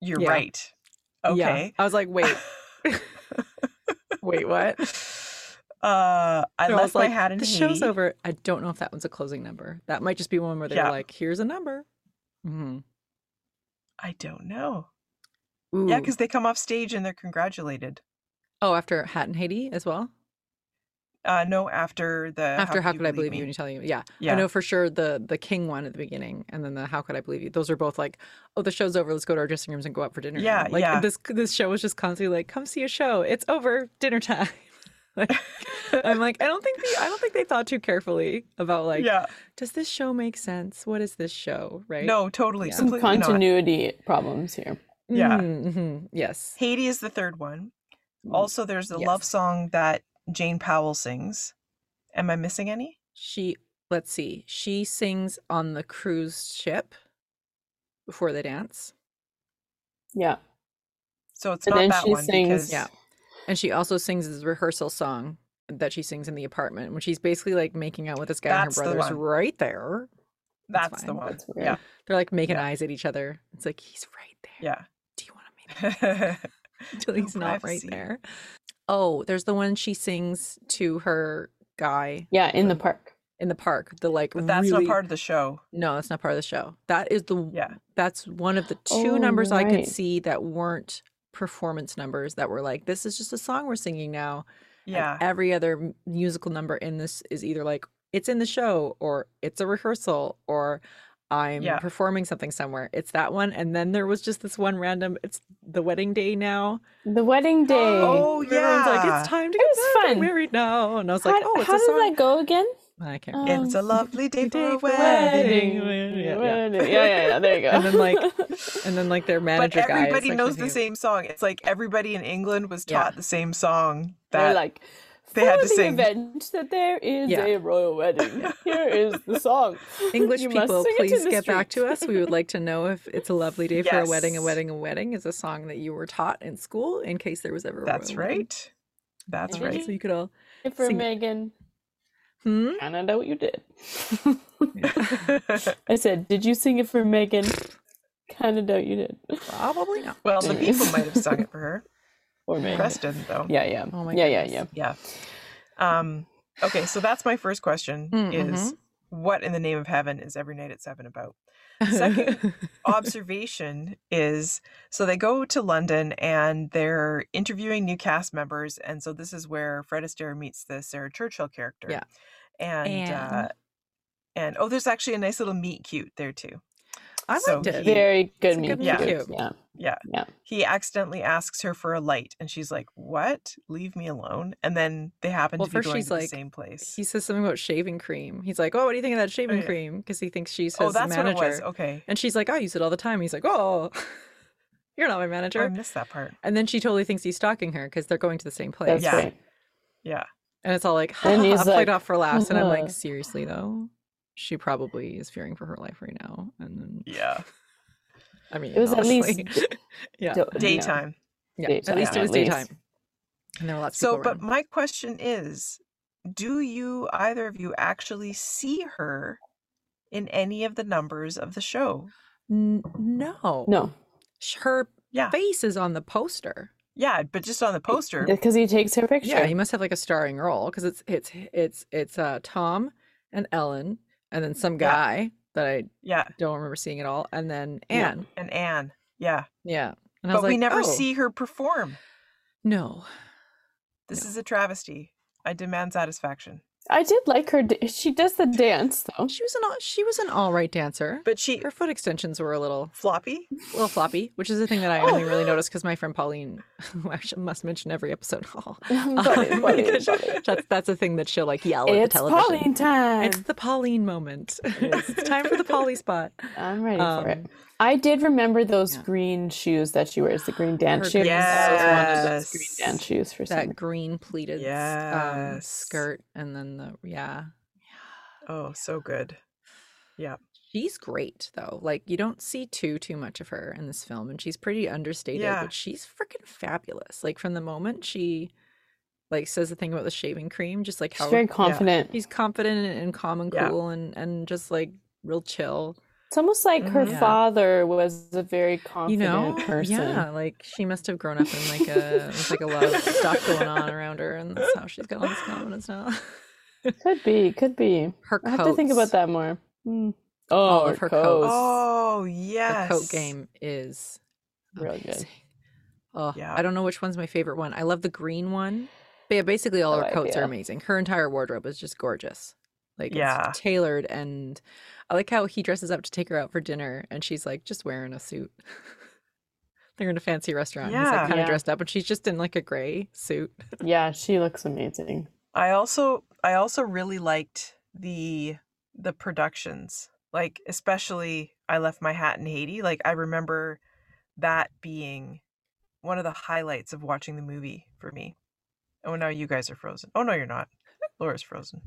S1: You're
S4: Yeah.
S1: right.
S4: Yeah.
S1: Okay.
S4: I was like, wait. wait, what?
S1: Uh, I
S4: And
S1: left
S4: was
S1: my hat in
S4: the
S1: Haiti.
S4: show's over. I don't know if that one's a closing number. That might just be one where they're
S1: Yeah.
S4: like, here's a number. hmm
S1: I don't know. Yeah, because they come off stage and they're congratulated.
S4: oh, after Hat in Haiti as well.
S1: Uh, no, after the
S4: after How Could I Believe You? When you tell you, yeah.
S1: Yeah.
S4: I know for sure the the King one at the beginning, and then the How Could I Believe You. Those are both like, oh, the show's over. Let's go to our dressing rooms and go out for dinner. now."
S1: Yeah,
S4: like
S1: yeah.
S4: this this show was just constantly like, come see a show. It's over, dinner time. like, I'm like, I don't think they, I don't think they thought too carefully about like,
S1: yeah,
S4: does this show make sense? What is this show? Right?
S1: no, totally,
S4: Yeah.
S3: Some
S1: completely not.
S3: continuity problems here.
S1: yeah.
S4: Mhm, mhm, Yes.
S1: Haiti is the third one.
S4: Mm,
S1: Also, there's the love
S4: yes.
S1: song that Jane Powell sings. Am I missing any?
S4: She let's see. She sings on the cruise ship before they dance.
S3: Yeah.
S1: So it's
S3: And
S1: not
S3: then
S1: that
S3: she
S1: one
S3: sings-
S1: because
S4: Yeah. And she also sings this rehearsal song that she sings in the apartment when she's basically like making out with this guy
S1: That's the
S4: and her brother's
S1: one.
S4: right there.
S1: that's,
S4: That's
S1: the
S4: fine.
S1: one.
S3: That's weird.
S1: yeah,
S4: They're like making
S1: Yeah.
S4: eyes at each other. It's like he's right there.
S1: yeah.
S4: Do you want to meet him until he's not right
S1: privacy.
S4: there? Oh, there's the one she sings to her guy
S3: Yeah, in the park.
S4: in the park. The like
S1: but that's
S4: really...
S1: not part of the show.
S4: No, that's not part of the show. That is the
S1: Yeah.
S4: that's one of the two
S3: Oh,
S4: numbers I could
S3: right.
S4: see that weren't performance numbers that were like this is just a song we're singing now. and
S1: Yeah,
S4: every other m- musical number in this is either like it's in the show or it's a rehearsal or I'm
S1: Yeah.
S4: performing something somewhere. It's that one and then there was just this one random it's the wedding day now.
S3: The wedding day.
S1: Oh,
S4: and Everyone's like
S1: yeah.
S4: it's time to
S3: That
S4: get
S3: was
S4: back and
S3: fun.
S4: married now and I was like,
S3: how
S4: "Oh, it's
S3: how
S4: a
S3: does
S4: song."
S3: that go again?
S4: I can't.
S3: Um,
S4: remember.
S1: it's a lovely day for a
S4: for
S1: wedding.
S4: wedding. Yeah, yeah.
S3: Wedding. Yeah, yeah, yeah. There you go.
S4: And then, like, and then like their
S1: But
S4: manager guy is
S1: everybody
S4: like,
S1: knows
S4: thinking
S1: the
S4: of-
S1: same song. It's like everybody in England was
S4: Yeah.
S1: taught the same song.
S3: they're
S1: That
S3: like,
S1: they had
S3: for
S1: to
S3: the
S1: sing.
S3: event that there is
S4: Yeah.
S3: a royal wedding. Here is the song.
S4: English
S3: You must
S4: people,
S3: sing it to
S4: please
S3: the
S4: get back
S3: street."
S4: to us. We would like to know if it's a lovely day for a wedding, a
S1: Yes.
S4: wedding, a wedding is a song that you were taught in school in case there was ever a
S1: That's
S4: royal wedding.
S1: right. That's
S4: All right,
S1: right.
S4: So you could all
S3: For
S4: Sing it.
S3: Megan,
S4: hmm?
S3: kind of know what you did. I said, did you sing it for Megan? Kind of doubt you did.
S4: probably not.
S1: well, the
S3: Anyways.
S1: people might have sung it for her.
S3: Or Megan.
S1: Preston, though.
S3: Yeah, yeah.
S4: Oh my
S3: yeah, yeah, yeah.
S4: goodness.
S1: Yeah. Um, okay, so that's my first question
S4: Mm,
S1: is what in the name of heaven is every night at seven about? Second observation is so they go to London and they're interviewing new cast members, and so this is where Fred Astaire meets the Sarah Churchill character.
S4: Yeah.
S1: and and, uh,
S4: And-
S1: and oh, there's actually a nice little meet cute there too.
S4: I
S1: So
S4: liked it.
S1: he-
S3: Very good
S4: It's a
S3: meet
S4: good
S1: meet
S3: cute.
S4: cute.
S3: Yeah.
S1: Yeah.
S3: Yeah.
S1: He accidentally asks her for a light, and she's like, "What? Leave me alone!" And then they happen
S4: Well,
S1: to be
S4: first
S1: going
S4: she's
S1: to the
S4: like,
S1: same place.
S4: He says something about shaving cream. He's like, "Oh, what do you think of that shaving
S1: yeah.
S4: cream?" Because he thinks she's his
S1: Oh, that's
S4: manager.
S1: what it was. Okay,
S4: And she's like, "I use it all the time." He's like, "Oh, you're not my manager."
S1: Oh, I missed that part.
S4: and then she totally thinks he's stalking her because they're going to the same place.
S3: That's
S1: Yeah.
S3: right.
S1: Yeah,
S4: And it's all like, ha,
S3: And
S4: ha,
S3: he's
S4: ha, played
S3: like,
S4: off for laughs. And I'm
S3: "Uh-huh."
S4: like, seriously though, she probably is fearing for her life right now. And then,
S1: yeah.
S4: I mean,
S3: It was at least
S4: honestly,
S3: d-
S4: yeah,
S3: d-
S1: Daytime.
S4: yeah.
S3: daytime,
S4: at least it
S3: at
S4: was
S3: least.
S4: daytime. And there were lots of
S1: So,
S4: people
S1: but
S4: around.
S1: my question is do you, either of you, actually see her in any in the numbers of the show?
S4: N- no,
S3: No,
S4: Sh- her
S1: Yeah.
S4: face is on the poster.
S1: Yeah, but just on the poster.
S3: because he takes her picture.
S4: Yeah, he must have like a starring role because it's it's it's it's uh Tom and Ellen and then some
S1: Yeah.
S4: guy that I
S1: Yeah,
S4: don't remember seeing at all, and then
S3: Yeah.
S4: Anne.
S1: and Anne. Yeah.
S4: Yeah, and I
S1: But
S4: was
S1: we
S4: like,
S1: never
S4: "Oh,
S1: see her perform.
S4: No,
S1: This
S4: No.
S1: is a travesty. I demand satisfaction.
S3: I did like her. da- She does the dance though.
S4: she was an all, she was an all right dancer.
S1: But she,
S4: her foot extensions were a little
S1: floppy?
S4: a little floppy, which is the thing that I
S3: Oh.
S4: only really noticed because my friend Pauline, who I sh- must mention every episode, Oh
S3: Got it, got it, got it.
S4: that's that's a thing that she'll like yell at
S3: It's
S4: the television.
S3: Pauline time.
S4: It's the Pauline moment. it's time for the Polly spot.
S3: I'm ready for it.
S4: Um,
S3: I did remember those
S4: yeah.
S3: green shoes that she wears, the green dance
S4: Her
S3: shoes.
S4: green
S3: I always wanted
S1: Yes.
S3: those green dance shoes for some
S4: that green pleated um,
S1: Yes.
S4: skirt and then the yeah
S1: Oh, so good.
S4: she's great though like you don't see too too much of her in this film and she's pretty understated
S1: Yeah.
S4: but she's freaking fabulous like from the moment she like says the thing about the shaving cream just like
S3: She's
S4: how
S3: very confident.
S4: she's confident and, and calm and
S1: Yeah.
S4: cool and and just like real chill
S3: It's almost like her
S1: Mhm.
S4: Yeah.
S3: father was a very
S4: Mm-hmm. you
S3: confident
S4: know
S3: person.
S4: yeah like she must have grown up in like a with like a lot of stuff going on around her and that's how she's got all this confidence now
S3: Could be, could be.
S4: her
S3: I have to think about
S4: coats.
S3: that more. Hmm. Oh,
S4: All
S3: her
S4: of her
S3: coats.
S4: coats.
S1: Oh,
S4: the
S1: yes.
S4: coat game is
S3: Really good.
S4: amazing. Oh,
S1: Yeah.
S4: I don't know which one's my favorite one. I love the green one. But yeah, basically all
S3: I
S4: her
S3: like
S4: coats
S3: it.
S4: are amazing. Her entire wardrobe is just gorgeous. Like
S1: Yeah.
S4: it's tailored and I like how he dresses up to take her out for dinner and she's like just wearing a suit. They're in a fancy restaurant. and He's
S1: Yeah.
S4: like kind of
S3: Yeah.
S4: dressed up and she's just in like a gray suit.
S3: Yeah, she looks amazing.
S1: I also I also really liked the the productions. Like especially I left my hat in Haiti. Like I remember that being one of the highlights of watching the movie for me. Oh no, you guys are frozen. Oh no, you're not. Laura's frozen.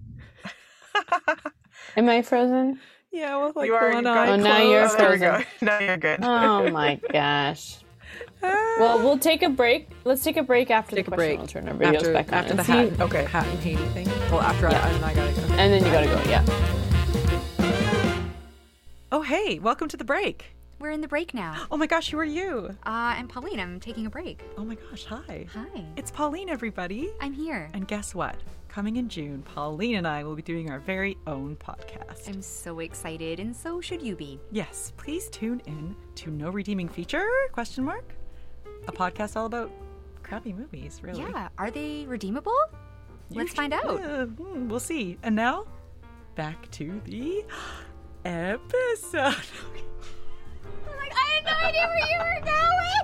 S3: Am I frozen?
S4: Yeah, well like
S1: you are. you've
S4: one eye
S1: got
S3: Oh, now you're
S1: closed. There we go.
S3: frozen.
S1: Now you're good.
S3: Oh my gosh.
S4: Ah.
S3: Well, we'll take a break. Let's take a break after
S4: Take
S3: the
S4: a
S3: question.
S4: break
S3: I'll turn our videos
S4: after,
S3: back on.
S4: after
S3: and
S4: the
S3: see-
S4: hat,
S1: Okay.
S4: hat and Haiti thing. Well, after I, and I gotta go.
S3: And then you gotta go, yeah.
S4: Oh, hey, welcome to the break.
S7: We're in the break now.
S4: Oh my gosh, who are you?
S7: Uh, I'm Pauline. I'm taking a break.
S2: Oh my gosh, hi.
S7: Hi.
S2: It's Pauline, everybody.
S7: I'm here.
S2: And guess what? Coming in June, Pauline and I will be doing our very own podcast.
S7: I'm so excited, and so should you be.
S2: Yes, please tune in to No Redeeming Feature? Question mark. A podcast all about crappy movies, really.
S7: Yeah. Are they redeemable? Let's
S2: You-
S7: find
S1: Oh.
S7: out.
S2: Uh, hmm,
S1: mm,
S2: we'll see. And now, back to the episode.
S7: Like I had no idea where you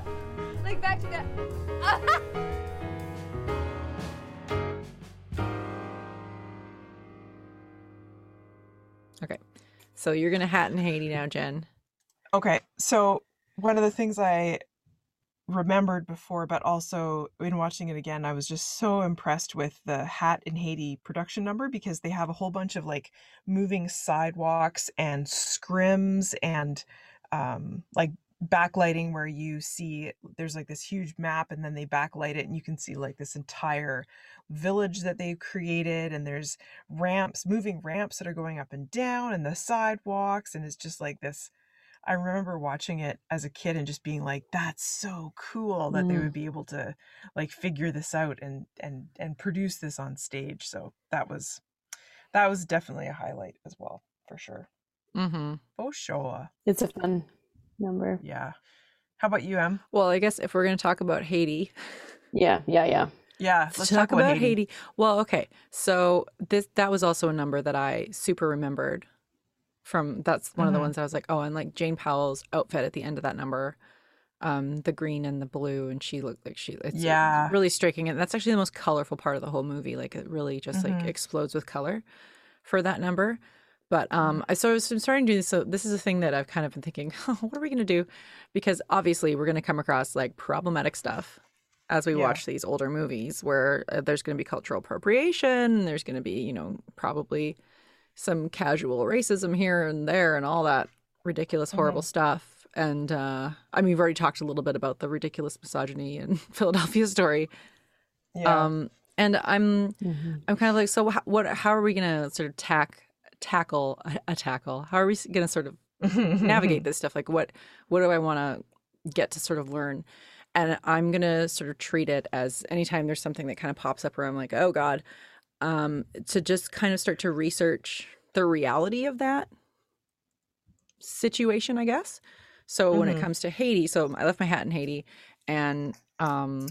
S7: were going. Like back to that.
S4: Okay. So you're gonna hat in Haiti now, Jen.
S1: Okay, so one of the things I remembered before, but also in watching it again, I was just so impressed with the Hat in Haiti production number because they have a whole bunch of like moving sidewalks and scrims and um, like backlighting where you see there's like this huge map and then they backlight it and you can see like this entire village that they created and there's ramps moving ramps that are going up and down and the sidewalks and it's just like this I remember watching it as a kid and just being like, "That's so cool that they
S3: Mm.
S1: would be able to like figure this out and and and produce this on stage." So that was that was definitely a highlight as well, for sure. uh,
S4: Mm-hmm.
S8: For sure.
S3: It's a fun number.
S8: Yeah. How about you, Em?
S4: Well, I guess if we're going to talk about Haiti,
S3: Yeah, yeah, yeah.
S8: Yeah.
S4: let's talk, about, Haiti. Well, okay. So this that was also a number that I super remembered from that's one of the
S8: Mhm.
S4: ones I was like, oh, and like Jane Powell's outfit at the end of that number. Um, the green and the blue, and she looked like she. It's
S8: Yeah.
S4: really striking, and that's actually the most colorful part of the whole movie. Like it really just like
S8: Mhm.
S4: explodes with color for that number. But um, I so I was, I'm starting to do this. So this is a thing that I've kind of been thinking, what are we going to do? Because obviously we're going to come across like problematic stuff as we
S8: Yeah.
S4: watch these older movies, where uh, there's going to be cultural appropriation, and there's going to be you know probably some casual racism here and there, and all that ridiculous,
S8: Mm-hmm.
S4: horrible stuff. And uh, I mean, we've already talked a little bit about the ridiculous misogyny in Philadelphia Story.
S8: Yeah. Mm-hmm.
S4: Um, and I'm I'm kind of like, so how, what? How are we gonna sort of tack tackle a, a tackle? How are we s- gonna sort of navigate this stuff? Like, what what do I want to get to sort of learn? And I'm gonna sort of treat it as anytime there's something that kind of pops up where I'm like, oh god, um, to just kind of start to research the reality of that situation, I guess. So when it
S8: Mhm.
S4: comes to Haiti, so I left my hat in Haiti, and um,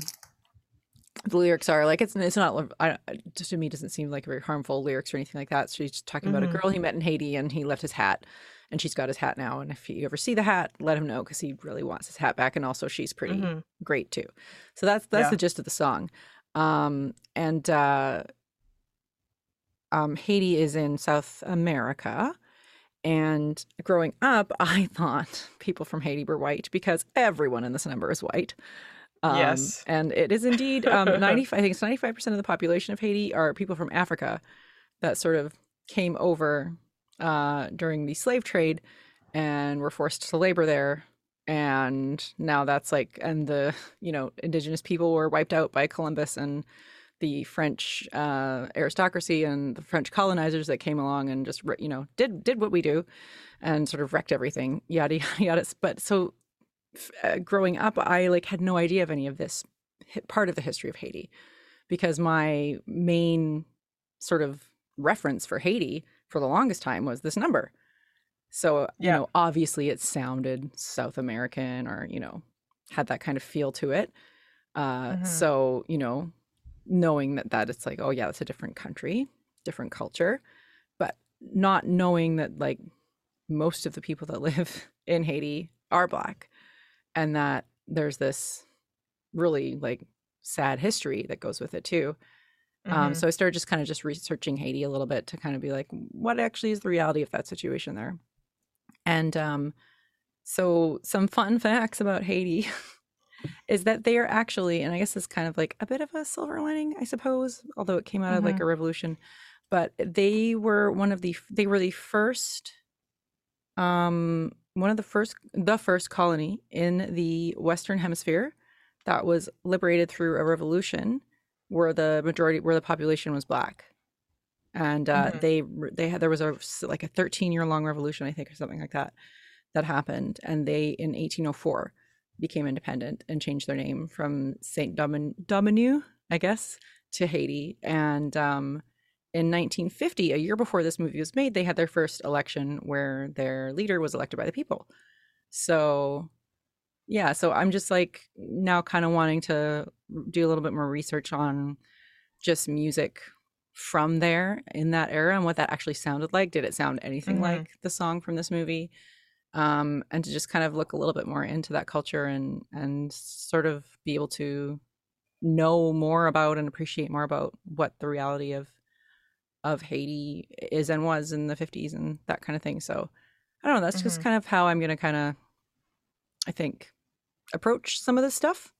S4: the lyrics are like it's it's not I, just to me doesn't seem like very harmful lyrics or anything like that. So he's just talking about a
S8: Mhm.
S4: girl he met in Haiti and he left his hat, and she's got his hat now. And if you ever see the hat, let him know because he really wants his hat back. And also she's pretty
S8: Mhm.
S4: great too. So that's that's
S8: Yeah.
S4: the gist of the song. Um, and uh, um, Haiti is in South America. And growing up, I thought people from Haiti were white because everyone in this number is white. Um,
S8: Yes.
S4: and it is indeed um, ninety. I think it's ninety five percent of the population of Haiti are people from Africa that sort of came over uh, during the slave trade and were forced to labor there. And now that's like, and the you know indigenous people were wiped out by Columbus and the French uh, aristocracy and the French colonizers that came along and just re- you know did did what we do, and sort of wrecked everything. Yada yada yada. But so f- uh, growing up, I like had no idea of any of this hi- part of the history of Haiti, because my main sort of reference for Haiti for the longest time was this number. So you
S8: Yeah.
S4: know, obviously, it sounded South American or you know had that kind of feel to it. Uh,
S8: Mhm.
S4: So you know, knowing that that it's like, oh yeah, that's a different country, different culture, but not knowing that like most of the people that live in Haiti are black and that there's this really like sad history that goes with it too.
S1: Mm-hmm.
S4: Um,
S8: mm-hmm.
S4: so I started just kind of just researching Haiti a little bit to kind of be like, what actually is the reality of that situation there? And um, so some fun facts about Haiti is that they are actually, and I guess it's kind of like a bit of a silver lining, I suppose, although it came out of like a revolution, but they were one of the they were the first um one of the first the first colony in the western hemisphere that was liberated through a revolution where the majority where the population was black and uh,
S8: Mhm.
S4: they re- they had there was a s- like a 13 year long revolution i think or something like that that happened and they in 1804 became independent and changed their name from saint Domin- dominu i guess to haiti and um in 1950, a year before this movie was made, they had their first election where their leader was elected by the people. So, yeah, so I'm just like now kind of wanting to do a little bit more research on just music from there in that era and what that actually sounded like. Did it sound anything
S8: Mhm.
S4: like the song from this movie? Um, and to just kind of look a little bit more into that culture and and sort of be able to know more about and appreciate more about what the reality of of Haiti is and was in the 50s and that kind of thing. So I don't know. That's just
S8: Mhm.
S4: kind of how I'm going to kind of, I think, approach some of this stuff.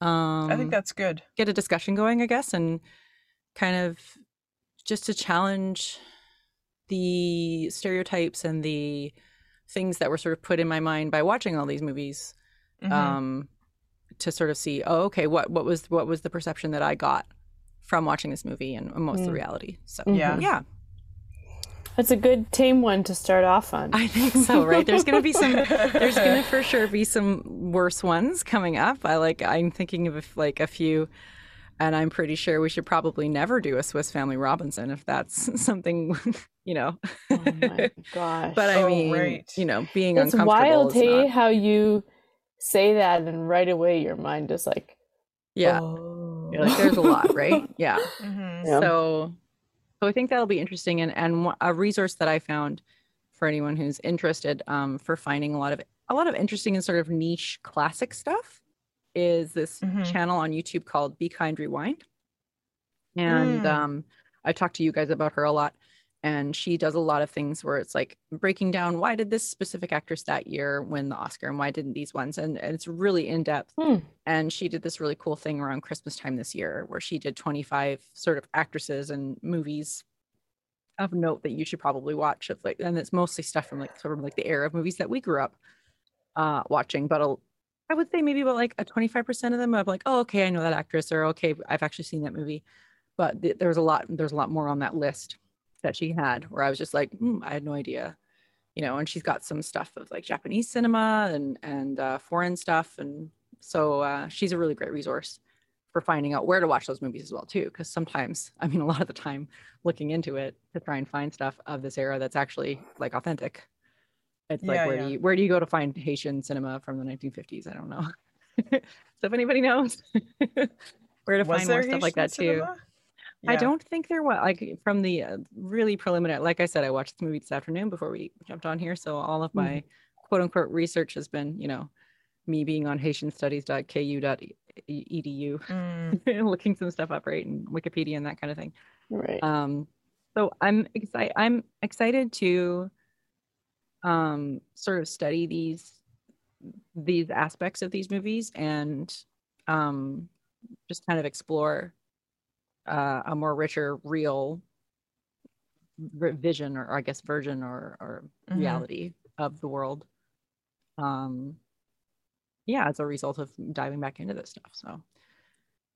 S4: Um,
S8: I think that's good.
S4: get a discussion going, I guess, and kind of just to challenge the stereotypes and the things that were sort of put in my mind by watching all these movies
S3: Mm-hmm.
S8: Mhm.
S4: um, to sort of see, oh, okay, what what was what was the perception that I got from watching this movie, and, and what was the
S3: Mm.
S4: reality? So
S8: Yeah.
S4: yeah,
S3: Mm-hmm. That's a good tame one to start off on.
S4: I think so. Right? There's gonna be some. There's gonna for sure be some worse ones coming up. I like. I'm thinking of like a few. And I'm pretty sure we should probably never do a Swiss Family Robinson if that's something, you know.
S3: Oh my gosh.
S4: But I
S8: Oh,
S4: mean,
S8: right.
S4: you know, being
S3: it's
S4: uncomfortable.
S3: wild,
S4: is
S3: hey,
S4: not-
S3: how you say that and right away your mind just like
S4: Yeah.
S3: oh.
S4: You're like, there's a lot, right? Yeah.
S8: Mm-hmm.
S3: Yeah.
S4: So, so I think that'll be interesting, and and wha- a resource that I found for anyone who's interested um, for finding a lot of a lot of interesting and sort of niche classic stuff is this
S8: Mhm.
S4: channel on YouTube called Be Kind Rewind, and
S8: Mm.
S4: um, I talked to you guys about her a lot. And she does a lot of things where it's like breaking down why did this specific actress that year win the Oscar and why didn't these ones? And, and it's really in depth and she did this really cool thing around christmas time this year where she did 25 sort of actresses and movies of note that you should probably watch of like and it's mostly stuff from like sort of like the era of movies that we grew up uh watching but a, i would say maybe about like a 25% of them i'm like oh okay i know that actress or okay i've actually seen that movie but th- there was a lot there's a lot more on that list that she had where i was just like "Hmm, i had no idea you know and she's got some stuff of like japanese cinema and and uh, foreign stuff and so uh, she's a really great resource for finding out where to watch those movies as well too because sometimes i mean a lot of the time looking into it to try and find stuff of this era that's actually like authentic it's
S8: Yeah,
S4: like where
S8: yeah.
S4: do you where do you go to find haitian cinema from the 1950s i don't know so if anybody knows where to find more stuff like that too I don't think there was like from the uh, really preliminary. Like I said, I watched the movie this afternoon before we jumped on here, so all of
S3: Mhm.
S4: my quote unquote research has been, you know, me being on E-, HaitianStudies.ku.edu,
S8: Mm,
S4: looking some stuff up, right, and Wikipedia and that kind of thing.
S3: right.
S4: Um, so I'm excited. I'm excited to um, sort of study these these aspects of these movies and um, just kind of explore uh, a more richer, real r- vision, or I guess version, or or
S8: Mhm.
S1: Mm-hmm.
S4: reality of the world. Um, yeah, as a result of diving back into this stuff. So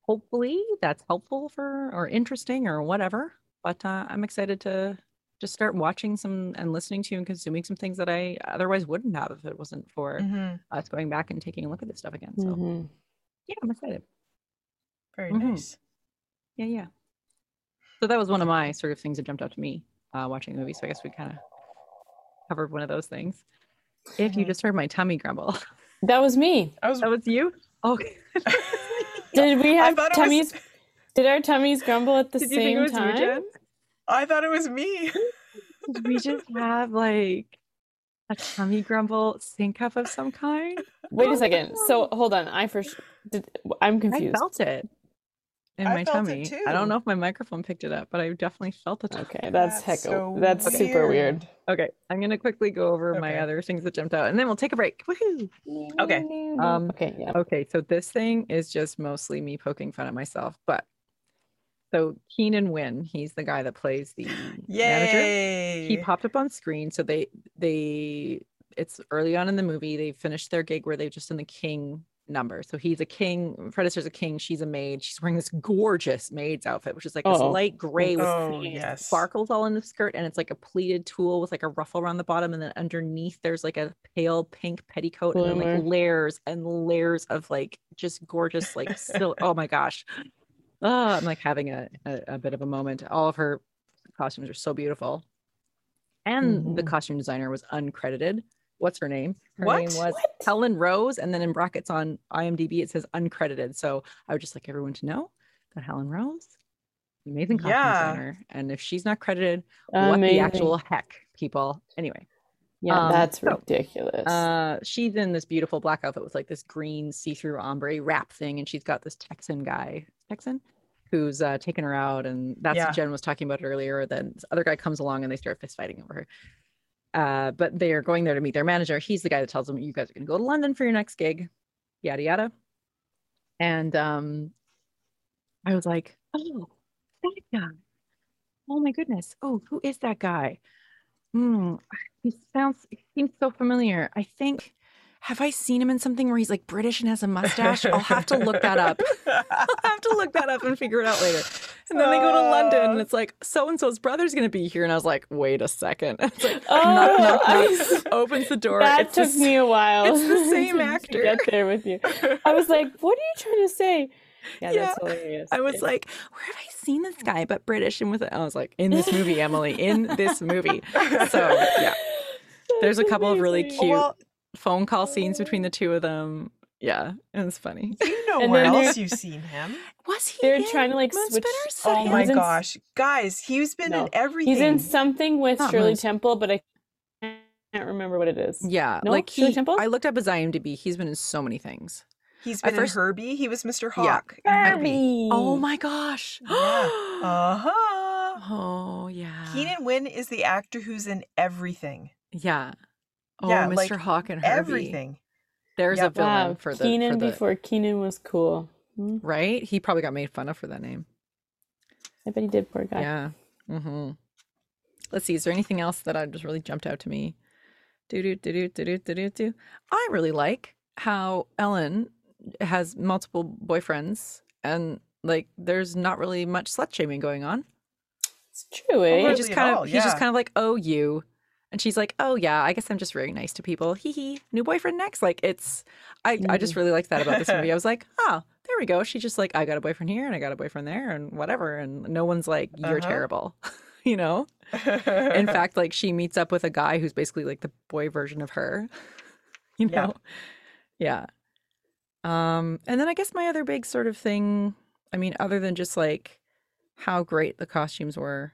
S4: hopefully that's helpful for or interesting or whatever. But uh, I'm excited to just start watching some and listening to and consuming some things that I otherwise wouldn't have if it wasn't for
S1: Mm.
S8: hmm
S4: us going back and taking a look at this stuff again. So
S3: Mhm.
S4: yeah, I'm excited.
S8: Very
S4: Mhm.
S8: nice.
S4: Yeah, yeah. So that was one of my sort of things that jumped out to me uh, watching the movie. So I guess we kind of covered one of those things. If you
S8: Mhm.
S4: just heard my tummy grumble,
S3: That was me.
S8: I was.
S4: that was you. Oh, Okay.
S3: Did we
S8: I
S3: have
S8: thought it was-
S3: tummies? Did our tummies grumble at the
S4: Did you think it
S3: same
S4: was you,
S3: time?
S4: Jen?
S8: I thought it was me.
S4: Did we just have like a tummy grumble sync up of some kind?
S3: Wait a second. So hold on. I first. Did, I'm confused.
S4: I felt it in
S8: I
S4: my
S8: felt
S4: tummy.
S8: it
S4: I don't
S8: too.
S4: know if my microphone picked it up, but I definitely felt it.
S3: Okay, that's, heck.
S8: so
S3: that's super weird.
S4: Okay, I'm gonna quickly go over my
S8: Okay.
S4: other things that jumped out, and then we'll take a break. Woohoo!
S8: Okay.
S4: Um,
S3: Okay. Yeah.
S4: Okay, so this thing is just mostly me poking fun at myself, but so Keenan Wynn, he's the guy that plays the manager.
S8: Yay!
S4: He popped up on screen, so they they it's early on in the movie. They finished their gig where they've just done the king number. So he's a king, Predator's a king, she's a maid. She's wearing this gorgeous maid's outfit, which is like this
S3: Oh.
S4: light gray with
S8: oh
S3: saying
S8: yes.
S4: sparkles all in the skirt and it's like a pleated tulle with like a ruffle around the bottom and then underneath there's like a pale pink petticoat and then like
S3: Bloomer.
S4: layers and layers of like just gorgeous like still oh my gosh oh i'm like having a, a, a bit of a moment all of her costumes are so beautiful and the
S3: Mhm.
S4: costume designer was uncredited what's her name
S8: Mm-hmm.
S4: her
S8: What?
S4: name was helen rose and then in brackets on imdb it says uncredited so i would just like everyone to know that helen rose amazing costume
S8: Yeah.
S4: designer and if she's not credited Um, what the
S3: Amazing.
S4: actual heck, people. Anyway,
S3: Yeah,
S4: um,
S3: that's
S4: so,
S3: ridiculous.
S4: uh, she's in this beautiful black outfit with like this green see-through ombre wrap thing, and she's got this Texan guy, Texan, who's uh, taking her out, and that's
S8: Yeah.
S4: what Jen was talking about earlier. Then this other guy comes along, and they start fist fighting over her. Uh, but they are going there to meet their manager. He's the guy that tells them you guys are going to go to London for your next gig, yada yada. And um, I was like, oh, that guy. Oh my goodness. Oh, who is that guy? Hmm. He sounds, he seems so familiar. I think, have I seen him in something where he's like British and has a mustache? I'll have to look that up. I'll have to look that up and figure it out later. And then they go to London and it's like, so and so's brother's going to be here. And I was like, wait a second. It's like,
S3: oh,
S4: knock, knock, knock.
S3: I-
S4: opens the door.
S3: that
S4: it's
S3: took
S4: this-
S3: me a while.
S4: it's the same
S3: to
S4: actor.
S3: Get there with you. I was like, what are you trying to say? Yeah,
S4: Yeah.
S3: that's hilarious.
S4: I was like, where have I seen this guy but British and with it? I was like, in this movie, Emily, in this movie. So "Oh, yeah. There's a couple of really cute
S8: Well,
S4: phone call scenes between the two of them. Yeah. It was funny.
S8: you know
S3: And
S8: where
S3: then
S8: else you've seen him.
S4: Was he
S3: They're
S4: in
S3: trying to, like,
S4: Moon
S3: switch-
S4: Spinners?
S3: oh
S8: Oh
S3: He
S8: my
S3: was in s-
S8: gosh. Guys, he's been
S3: No.
S8: in everything.
S3: he's in something with
S4: Not
S3: Shirley
S4: most.
S3: Temple, but I can't remember what it is.
S4: Yeah.
S3: No?
S4: Like
S3: Shirley
S4: he,
S3: Temple?
S4: I looked up his IMDb. He's been in so many things.
S8: He's
S4: I
S8: been
S4: first-
S8: in Herbie. He was Mr.
S4: Yeah.
S8: Hawk.
S3: Kirby.
S4: Oh my gosh.
S8: Yeah. Uh huh.
S4: oh yeah.
S8: Keenan Wynn is the actor who's in everything.
S4: Yeah. Oh,
S8: Yeah,
S4: Mr.
S8: like,
S4: Hawk and Herbie.
S8: Everything.
S4: There's
S8: Yeah.
S4: a villain
S3: Wow,
S4: for the
S3: Keenan
S4: for the,
S3: before Keenan was cool. Hmm,
S4: right. He probably got made fun of for that name.
S3: I bet he did. Poor guy.
S4: Yeah. Mm-hmm. Let's see. Is there anything else that I just really jumped out to me? Do do do do do do do do do. I really like how Ellen has multiple boyfriends, and like, there's not really much slut shaming going on.
S3: It's true, eh?
S8: Or
S4: He
S8: Hardly
S4: just
S8: at
S4: kind
S8: all,
S4: of he's just
S8: yeah.
S4: kind of like, oh you, and she's like, oh yeah, I guess I'm just very nice to people. Hee hee. New boyfriend next. Like it's, I I
S8: Mm.
S4: just really like that about this movie. I was like, oh, there we go. She's just like, I got a boyfriend here and I got a boyfriend there and whatever, and no one's like, you're
S8: Uh-huh.
S4: terrible, you know. In fact, like she meets up with a guy who's basically like the boy version of her, you
S8: Yeah.
S4: know. Yeah. Um, and then I guess my other big sort of thing, I mean, other than just like how great the costumes were,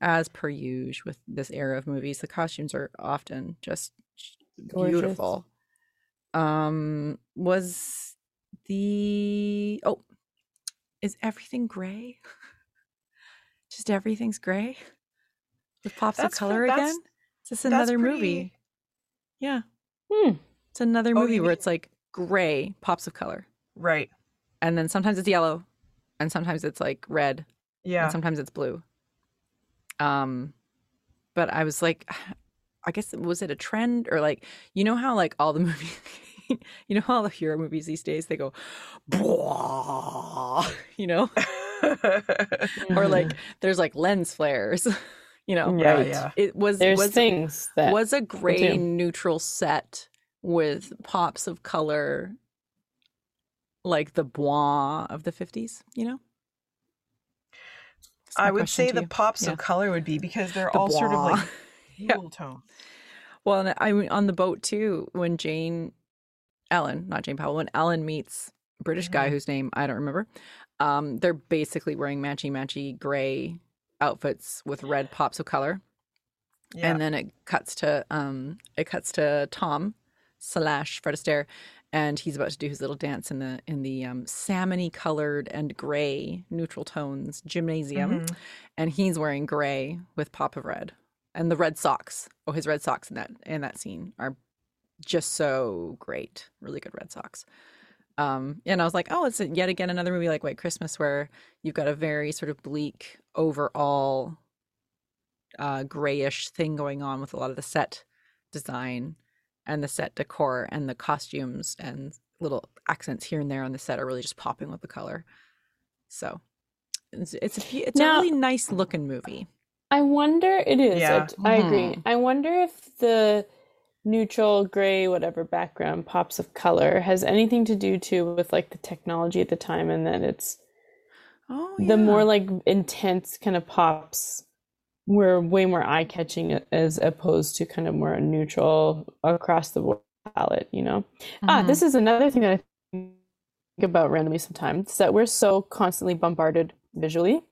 S4: as per usual with this era of movies, the costumes are often just
S3: Gorgeous.
S4: beautiful. Um, was the oh, is everything gray? just everything's gray with pops
S8: That's
S4: of
S8: fun-
S4: color
S8: that's-
S4: again. Is this
S8: that's
S4: another
S8: pretty-
S4: movie? Yeah.
S3: Hmm.
S4: It's another
S8: Oh,
S4: movie
S8: you
S4: where
S8: mean-
S4: it's like gray pops of color,
S8: Right.
S4: and then sometimes it's yellow, and sometimes it's like red,
S8: Yeah.
S4: and sometimes it's blue. Um, but I was like, I guess was it a trend or like you know how like all the movies, you know how all the hero movies these days they go, "Bwah," you know, or like there's like lens flares, you know.
S3: Yeah,
S8: Right. Mm-hmm. yeah.
S4: It was
S3: There's
S4: was
S3: things that
S4: was a gray
S3: too.
S4: neutral set with pops of color like the bois of the 50s you know That's my
S8: I would
S4: question
S8: say
S4: to
S8: the
S4: you.
S8: pops
S4: Yeah.
S8: of color would be because they're
S4: The
S8: all sort of
S4: bois.
S8: like
S4: Yeah.
S8: cool tone.
S4: well and i mean on the boat too when jane ellen not jane powell when ellen meets a british guy
S8: Mhm.
S4: whose name i don't remember um they're basically wearing matchy matchy gray outfits with red pops of color
S8: Yeah.
S4: and then it cuts to um it cuts to Tom slash Fred Astaire, and he's about to do his little dance in the in the um, salmony colored and gray neutral tones gymnasium,
S8: Mhm.
S4: and he's wearing gray with pop of red, and the red socks. Oh, his red socks in that in that scene are just so great, really good red socks. Um, and I was like, oh, it's yet again another movie like White Christmas where you've got a very sort of bleak overall uh, grayish thing going on with a lot of the set design and the set decor and the costumes and little accents here and there on the set are really just popping with the color. So it's it's a few- it's
S3: Now-
S4: a really nice looking movie.
S3: I wonder it is. I-
S8: Yeah.
S3: I, agree. I wonder if the neutral gray whatever background pops of color has anything to do too with like the technology at the time and that it's
S4: Oh,
S3: the more like intense kind of pops were way more eye catching as opposed to kind of more neutral across the board palette, you know.
S4: Mm-hmm.
S3: Ah, this is another thing that I think about randomly sometimes is that we're so constantly bombarded visually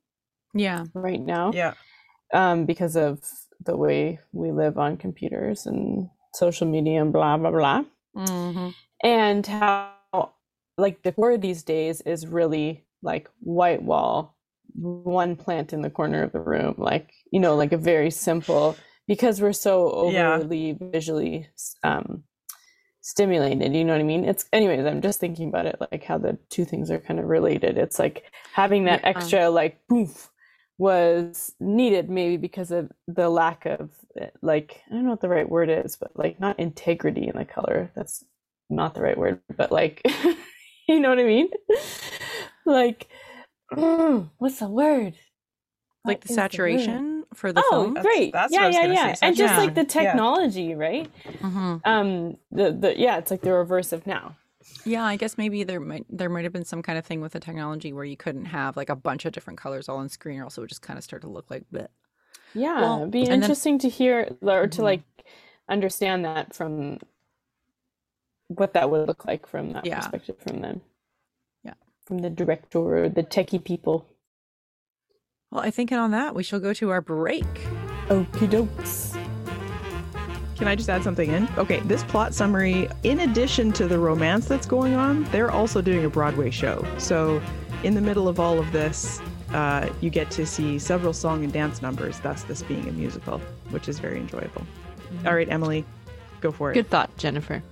S4: yeah,
S3: right now
S8: yeah.
S3: um, because of the way we live on computers and social media and blah blah blah Mm-hmm. and how like decor these days is really like white wall one plant in the corner of the room like you know like a very simple because we're so
S8: Yeah.
S3: overly visually um stimulated you know what i mean it's anyways i'm just thinking about it like how the two things are kind of related it's like having that
S4: Yeah.
S3: extra like poof was needed maybe because of the lack of eh, like i don't know what the right word is but like not integrity in the color that's not the right word, but like, you know what I mean? like, mm, what's the word?
S4: like
S3: What
S4: the
S3: is word?
S4: saturation for the
S3: oh,
S4: film.
S8: That's-
S3: great!
S8: that's what I
S3: yeah,
S8: was
S3: yeah,
S8: gonna say,
S3: yeah. And just like the
S8: saturation. Yeah.
S3: Mm-hmm. technology, right? Um, the the yeah, it's like the reverse of now.
S4: Yeah, I guess maybe there might there might have been some kind of thing with the technology where you couldn't have like a bunch of different colors all on screen, or else it would just kind of start to look like bleh.
S3: Yeah,
S4: Well,
S3: it'd be
S4: and then-
S3: interesting to hear or to like understand that from what that would look like from that
S4: Yeah.
S3: perspective from them.
S4: Yeah.
S3: From the director or the techie people.
S4: Well, I think and on that we shall go to our break.
S3: Okie dokes.
S9: Can I just add something in? Okay, this plot summary, in addition to the romance that's going on, they're also doing a Broadway show. So, in the middle of all of this, uh, you get to see several song and dance numbers, thus, this being a musical, which is very enjoyable.
S10: Mm-hmm.
S9: All right, Emily, go for it.
S10: Good thought, Jennifer.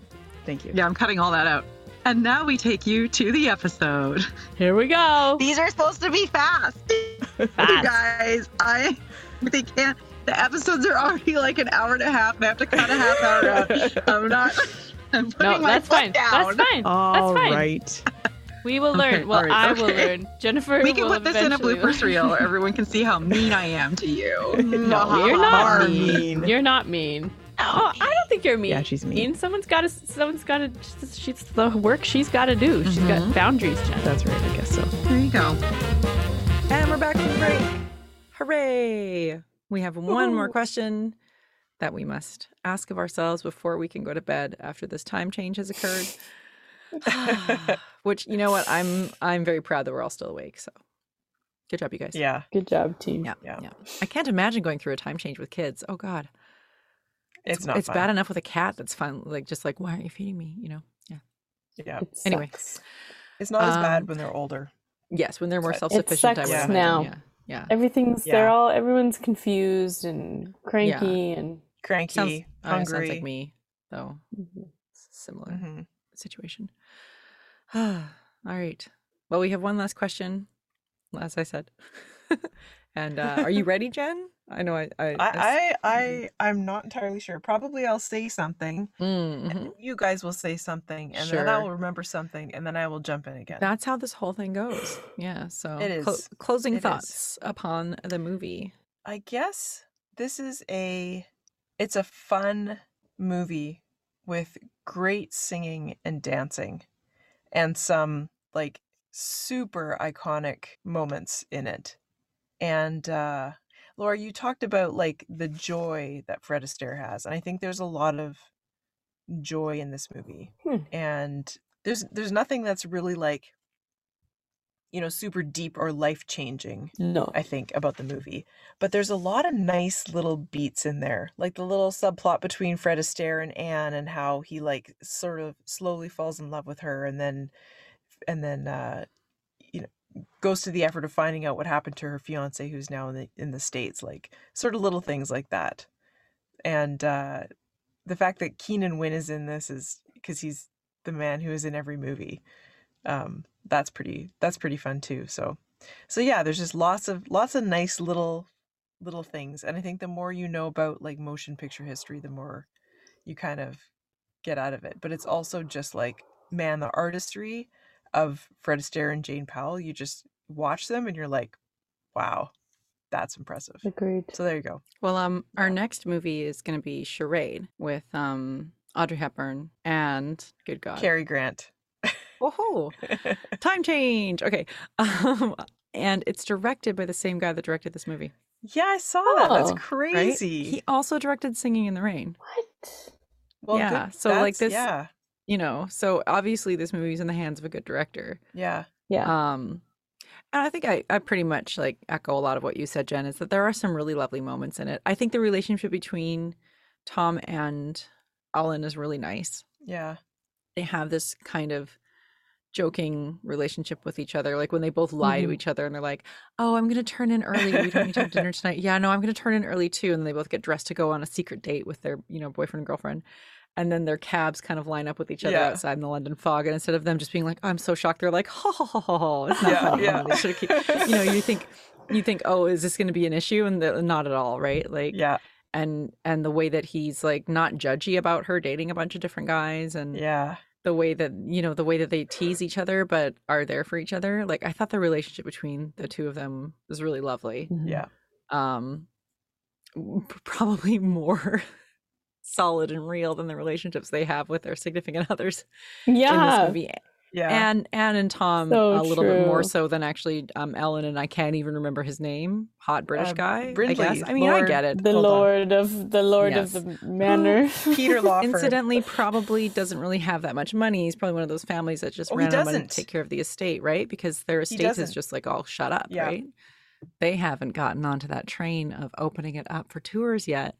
S9: Thank you.
S2: Yeah, I'm cutting all that out. And now we take you to the episode.
S10: Here we go.
S1: These are supposed to be fast. You
S10: Fast.
S1: guys, I they can't. The episodes are already like an hour and a half, and I have to cut a half hour out. I'm not. I'm putting
S10: No,
S1: my
S10: that's
S1: foot
S10: fine.
S1: down.
S10: That's fine.
S9: All
S10: that's fine.
S9: right.
S10: We will
S2: Okay,
S10: learn. well,
S2: all right,
S10: I will
S2: okay.
S10: learn. Jennifer
S2: We can
S10: will
S2: put this in a
S10: eventually
S2: bloopers reel where everyone can see how mean I am to you.
S10: learn. You're not
S9: Are
S10: mean.
S9: mean.
S10: You're not mean. Oh, I don't think you're mean.
S9: Yeah, she's mean.
S10: Someone's got to. Someone's got to. She's the work she's got to do. She's got boundaries, Jen.
S9: That's right, I guess so.
S2: There you go.
S4: And we're back from break. Hooray! We have one more question that we must ask of ourselves before we can go to bed after this time change has occurred. Which you know what? I'm I'm very proud that we're all still awake. So good job, you guys.
S1: Yeah,
S3: Good job, team.
S4: Yeah.
S1: Yeah.
S4: yeah. I can't imagine going through a time change with kids. Oh God.
S1: it's not.
S4: it's
S1: fun.
S4: bad enough with a cat that's fun. Like just like, why aren't you feeding me? You know?
S1: Yeah,
S3: It
S4: Anyway.
S3: sucks.
S1: it's not as
S4: Um,
S1: bad when they're older.
S4: Yes, when they're more
S1: It
S4: self sufficient, I
S3: sucks
S4: would imagine.
S3: now.
S4: Yeah. Yeah.
S3: Everything's they're
S1: Yeah.
S3: all everyone's confused and cranky and
S1: Cranky,
S4: Sounds, uh,
S1: hungry.
S4: sounds like me, though. S- Similar.
S1: Mhm.
S4: situation. All right. Well, we have one last question, as I said. and uh, are you ready, Jen? I know I. I,
S1: I,
S4: mm-hmm.
S1: I, I, I'm not entirely sure. Probably I'll say something, and
S4: Mhm.
S1: then you guys will say something, and then I
S4: Sure.
S1: will remember something, and then I will jump in again.
S4: That's how this whole thing goes. Yeah. So
S1: It is.
S4: closing
S1: It is.
S4: thoughts upon the movie.
S1: I guess this is a, it's a fun movie with great singing and dancing, and some like super iconic moments in it. And uh, Laura, you talked about like the joy that Fred Astaire has, and I think there's a lot of joy in this movie.
S3: Hmm.
S1: And there's there's nothing that's really like you know super deep or life changing.
S3: no.
S1: I think about the movie, but there's a lot of nice little beats in there, like the little subplot between Fred Astaire and Anne, and how he like sort of slowly falls in love with her, and then and then uh, you know goes to the effort of finding out what happened to her fiance who's now in the in the states like sort of little things like that and uh the fact that keenan wynn is in this is because he's the man who is in every movie um that's pretty that's pretty fun too so so yeah there's just lots of lots of nice little little things and i think the more you know about like motion picture history the more you kind of get out of it but it's also just like man the artistry of Fred Astaire and Jane Powell, you just watch them and you're like, wow, that's impressive.
S3: Agreed.
S1: So there you go.
S4: Well, um, our next movie is going to be Charade with um Audrey Hepburn and Good God.
S1: Cary Grant.
S4: Whoa. Time change. Okay. Um, and it's directed by the same guy that directed this movie.
S1: yeah, I saw that.
S3: Oh,
S1: That's
S4: right?
S1: crazy.
S4: He also directed Singing in the Rain.
S3: What?
S1: well,
S4: yeah,
S1: good-
S4: so, like,
S1: that's-
S4: this-
S1: Yeah,
S4: You know, so obviously this movie's in the hands of a good director.
S1: yeah,
S3: Yeah.
S4: Um, and I think I, I pretty much like echo a lot of what you said, Jen. Is that there are some really lovely moments in it. I think the relationship between Tom and Ellen is really nice.
S1: yeah,
S4: They have this kind of joking relationship with each other. Like when they both lie to
S1: Mm-hmm.
S3: Mhm.
S4: each other and they're like, "Oh, I'm going to turn in early. We don't need to have dinner tonight." Yeah, no, I'm going to turn in early too. And they both get dressed to go on a secret date with their, you know, boyfriend and girlfriend. And then their cabs kind of line up with each other
S1: Yeah.
S4: outside in the London fog. And instead of them just being like, "I'm so shocked," they're like, "Ha ha ha ha ha!" It's not
S1: yeah,
S4: funny.
S1: yeah.
S4: They should keep, you know, you think, you think, "Oh, is this going to be an issue?" And they're- not at all, right? Like,
S1: yeah,
S4: and and the way that he's like not judgy about her dating a bunch of different guys, and
S1: yeah,
S4: the way that you know the way that they tease each other but are there for each other like i thought the relationship between the two of them was really
S3: Mm-hmm.
S4: lovely
S3: Mhm.
S1: yeah.
S4: um p- probably more solid and real than the relationships they have with their significant others in this
S3: Yeah.
S4: movie.
S8: Yeah.
S4: And Anne and Tom
S3: So
S4: a little bit more
S3: true.
S4: so than actually um, Ellen and I can't even remember his name. Hot British
S8: Uh,
S4: guy. I
S8: Brindley,
S4: guess. I mean, I
S8: Lord-
S4: get it.
S3: The
S4: Hold on.
S3: Lord of the Lord
S4: Yes.
S3: of the Manor.
S8: Peter Lawford.
S4: Incidentally, probably doesn't really have that much money. He's probably one of those families that just
S8: Oh, he
S4: ran out of money to
S8: doesn't.
S4: take care of the estate, right? Because their estate is
S8: doesn't.
S4: just like all shut up,
S8: Yeah.
S4: right? They haven't gotten onto that train of opening it up for tours yet.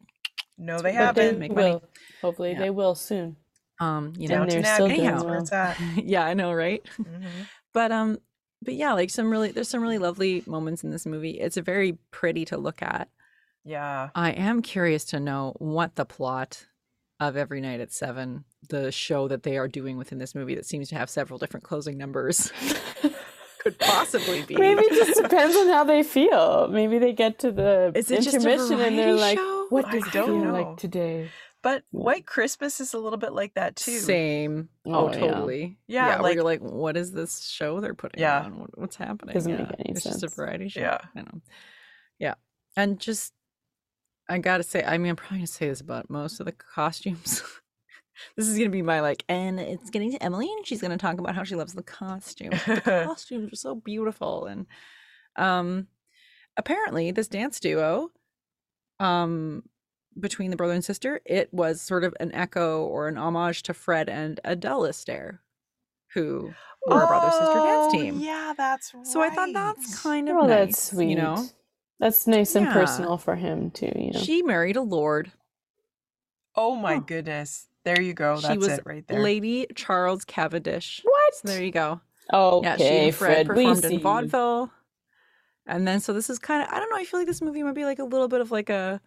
S8: No, they
S3: but
S4: But
S3: they
S4: then
S8: haven't.
S4: make money.
S3: will. Hopefully,
S4: Yeah.
S3: they will soon.
S4: Um, you know,
S3: And
S8: Down to
S3: they're still
S8: Nabby,
S4: doing
S8: that's where
S3: well.
S8: it's at.
S4: yeah, I know, right?
S8: Mhm.
S4: but um but yeah like some really there's some really lovely moments in this movie it's very pretty to look at
S8: Yeah.
S4: i am curious to know what the plot of every night at seven the show that they are doing within this movie that seems to have several different closing numbers could possibly be
S3: Maybe it just depends on how they feel. Maybe they get to the
S4: Is it just a
S3: intermission and they're
S4: variety
S3: like,
S4: show?
S3: "What
S8: I
S3: does it
S8: don't
S3: feel
S8: know.
S3: like today?"
S8: But White Christmas is a little bit like that too.
S4: same
S3: Oh,
S4: oh,
S3: yeah.
S4: totally
S8: Yeah,
S4: where
S8: like-
S4: you're like what is this show they're putting
S8: Yeah.
S4: on What- what's happening
S3: Doesn't make
S4: Yeah,
S3: any
S4: it's just
S3: sense.
S4: a variety show
S8: Yeah.
S4: I know. yeah and just i gotta say i mean i'm probably gonna say this about most of the costumes this is gonna be my like and it's getting to emily and she's gonna talk about how she loves the costume the costumes are so beautiful and um apparently this dance duo um between the brother and sister, it was sort of an echo or an homage to Fred and Adele Astaire, who were a brother sister dance
S8: Oh,
S4: team.
S8: Yeah, that's right.
S4: So I thought that's kind of
S3: Oh,
S4: nice,
S3: that's sweet.
S4: You know,
S3: that's nice and
S4: Yeah.
S3: personal for him too. You know,
S4: she married a lord.
S8: Oh my goodness. There you go. That's
S4: she was
S8: it right there.
S4: Lady Charles Cavendish.
S3: what?
S4: So there you go.
S3: okay,
S4: yeah, she and Fred,
S3: Fred, we
S4: performed
S3: see.
S4: in vaudeville, and then so this is kind of I don't know. I feel like this movie might be like a little bit of like a